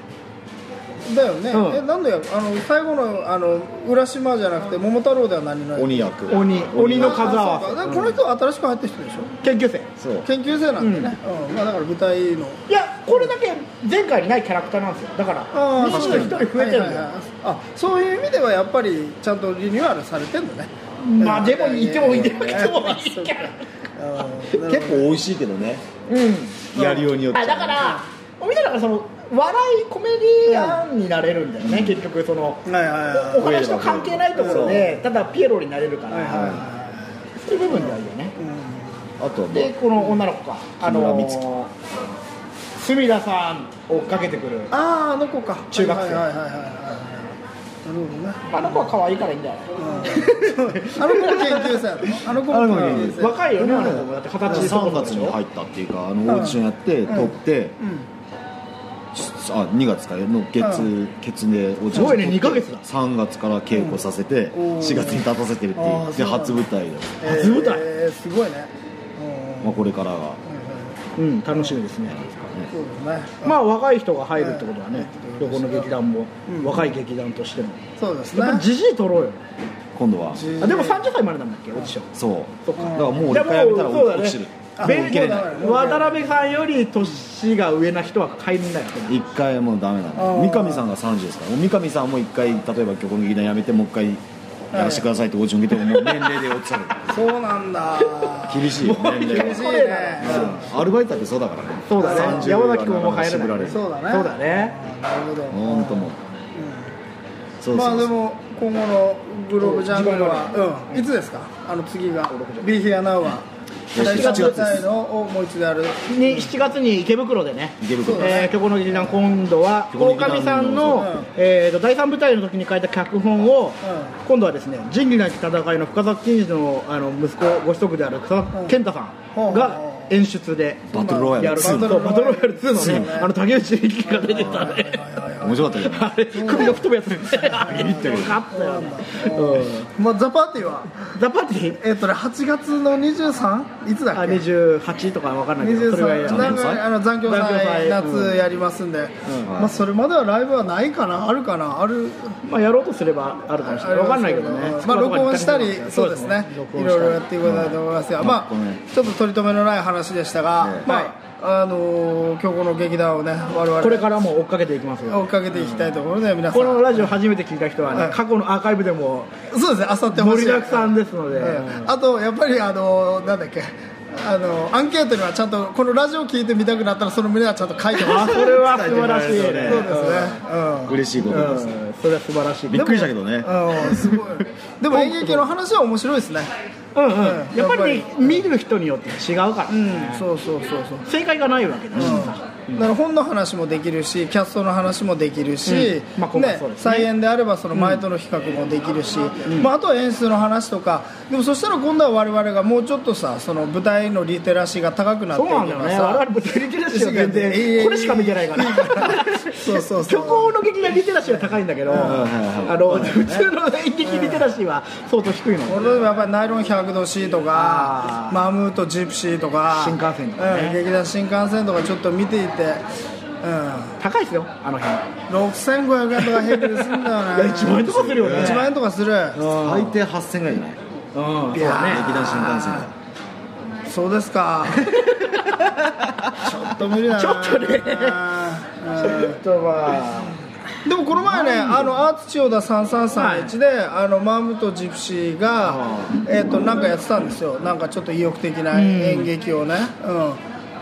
だよね、
うん
えなんだよあの最後のあの浦島じゃなくて桃太郎では何の
鬼役
鬼鬼の数合
あ
わ
そうかだから
せ
この人は新しく入ってきてるでしょ、
研究生
そう
研究生なんでね、うんまあ、だから舞台の
いやこれだけ前回にないキャラクターなんですよだから
あ
人数1人増えてるんだよ、
あそういう意味ではやっぱりちゃんとリニューアルされてんだね
まあでもいてもいてもいてもいい
そう
キ
か
ャラ
うんなる
結
ほ
構美味しいけどね
うん
やりようによって
あだからおみたいなその笑いコメディアンになれるんだよね、結局その
どはいはい
お
は
話と関係ないところでただピエロになれるから、
いはいはい
は
そういう部分ではいいよね
あとはま
でこの女の子かあ
木村
の
美月
ー隅田さん追っかけてくる
ああーあの子か
中学生
はいはいはいはいはいなるほどね
あの子は可愛いからいいんじゃない
あの子も研究生なのあの子も研究生
若いよねあの子もだって二
あ
十歳そこ
3
そこで
月
しょ
に入ったっていうかあのオーディションやって撮ってあ2月からの月月でオーディション
すごいね2ヶ月だ
3月から稽古させて
うん
4月に立たせてるって
あ
い
ー
うで
そうなんだ
初舞台で
えー
初舞台
えーすごいねうん
まあこれからが
うん楽しみですね
そうですね
まあ若い人が入るってことはね
うん
横の劇団も、
うん
若い劇団としても
そうですね
やっぱじじい取ろうよ
今度は
じ
あでも30歳までなんだっけオーディション
そう
そっか
だからもう俺一回やめたら
そうだね
落ちる
あ
ベン
いけない
渡辺さんより年が上な人は入るんだよ
一回もうダメな
あ
の
ー
三上さんが30ですからもう三上さんも一回例えば曲の劇団やめてもう一回やらせてくださいってオーディション受けてももう年齢で落ちちゃう
そうなんだ
厳しいよ年齢
厳
は
しいね
アルバイトだってそうだからね
そうだね
30
山崎君も入ら
絞
な
ら
い
れ
うん
る
そうだね
そうだね
なるほど
本当もうそう
まあ
そう
で
そう
も今後のグローブジャンルは、うん、いつですかあの次が「Be Here Now は」
よし
第
7月です
1回のをもう一度やる
に7月に池袋でね
池袋
そうだね
えー、曲の劇団今度は
曲の
大
劇団
上さんの、
うん
えー、と第3舞台の時に書いた脚本を、
ん
今度はですね「仁義なき戦い」の深作欣二のあの息子ご子息である
う
深
ん
作健太さ
ほうん
が演出で
バトルロイ
や
ヤル
る
そ
そうう
だ
バトルロイヤル2の
そう
ねあの竹内力が出てたね
はいはいはい
面白かったけど
あれ首が吹っ飛ぶやつですね
ビビったけど
あったよ
まあ、ザ・パーティーは
ザ・パーティー
えっとね8月の 23? いつだっ
あ
け
28とかわかんないけどそれぐらい
23
だ
なんかあの残業
残業
祭
祭
夏やりますんで、まあ、それまではライブはないかなあるかなある
まあやろうとすればあるかもしれないわかんないけどね
まあ、録音したりそうですね
録
い
音
ろ
し
いろやったていこうかなと思いますが、ま
ごめん
あ、ちょっと取り留めのない話でしたが、
ね
まあ
はい
あのー今日この劇団をね我々
りこれからも追っかけていきますよ
追っかけていきたいところで皆さん
このラジオ初めて聞いた人はね、
はい
過去のアーカイブでも
そうですねあさって
盛りだくさんですので、
うんあとやっぱりあのなんだっけあのアンケートにはちゃんとこのラジオ聞いてみたくなったらその胸はちゃんと書いてま
あ
す
それは素晴らしい、
そうです
そうですね
嬉しいことです
うんそれは素晴らしい
びっくりしたけどね
うんすごいでも演劇の話は面白いですね
うんうん、やっぱり
や
ね見る人によって違うから、
うんそうそうそうそう
正解がないわけだし、
だから本の話もできるしキャストの話もできるし、
うんまあ今回そうですね
再演であればその前との比較もできるし、まあ、あとは演出の話とかでもそしたら今度は我々がもうちょっとさその舞台のリテラシーが高くなって
そ
いうけば
なんだよね
さ
我々もテレビラシーは全然これしか見てないから
そうそうそう
虚構の劇団リテラシーは高いんだけど、
ん
あの普通の演劇リテラシーは相当低いの、
俺でもやっぱりナイロン100度 C とか
あー
マムートジプシーとか
新幹線とかね
うん、劇団新幹線とかちょっと見ていて、
高いですよあの辺
うん、6500円とか平均するんだよね
いや1万円とかするよね
1万円とかする
最低8000ぐらいじゃ
いや
うんそう
ない
ね
劇団新幹線で
そうですか ちょっと無理だな
ちょっとね
うんでもこの前ねあのアーツ千代田3331で、あのマームとジプシーが、えっとなんかやってたんですよなんかちょっと意欲的な演劇をね、う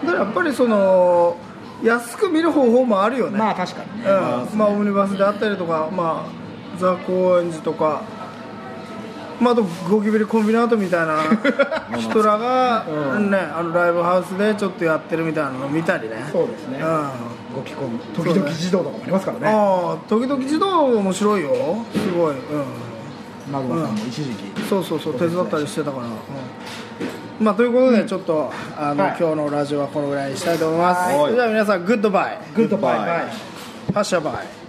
んだからやっぱりその安く見る方法もあるよね、
まあ確かにね
うんまあ、オムニバスであったりとか、まあ、ザ・高円寺とか、まあ、あとゴキブリコンビナートみたい な人らが、ね、あのライブハウスでちょっとやってるみたいなのを見たりね
そうですね
ん、あ
ご既婚時々児童とかもありますからね
あ時々児童面白いよすごい、うん、
マグマさんも一時期
そうそうそう手伝ったりしてたから、うんまあ、ということで、ちょっとあの、
はい
今日のラジオはこのぐらいにしたいと思います、
はい
それでは皆さんグッドバイ
グッドバイ
ハッシャバイ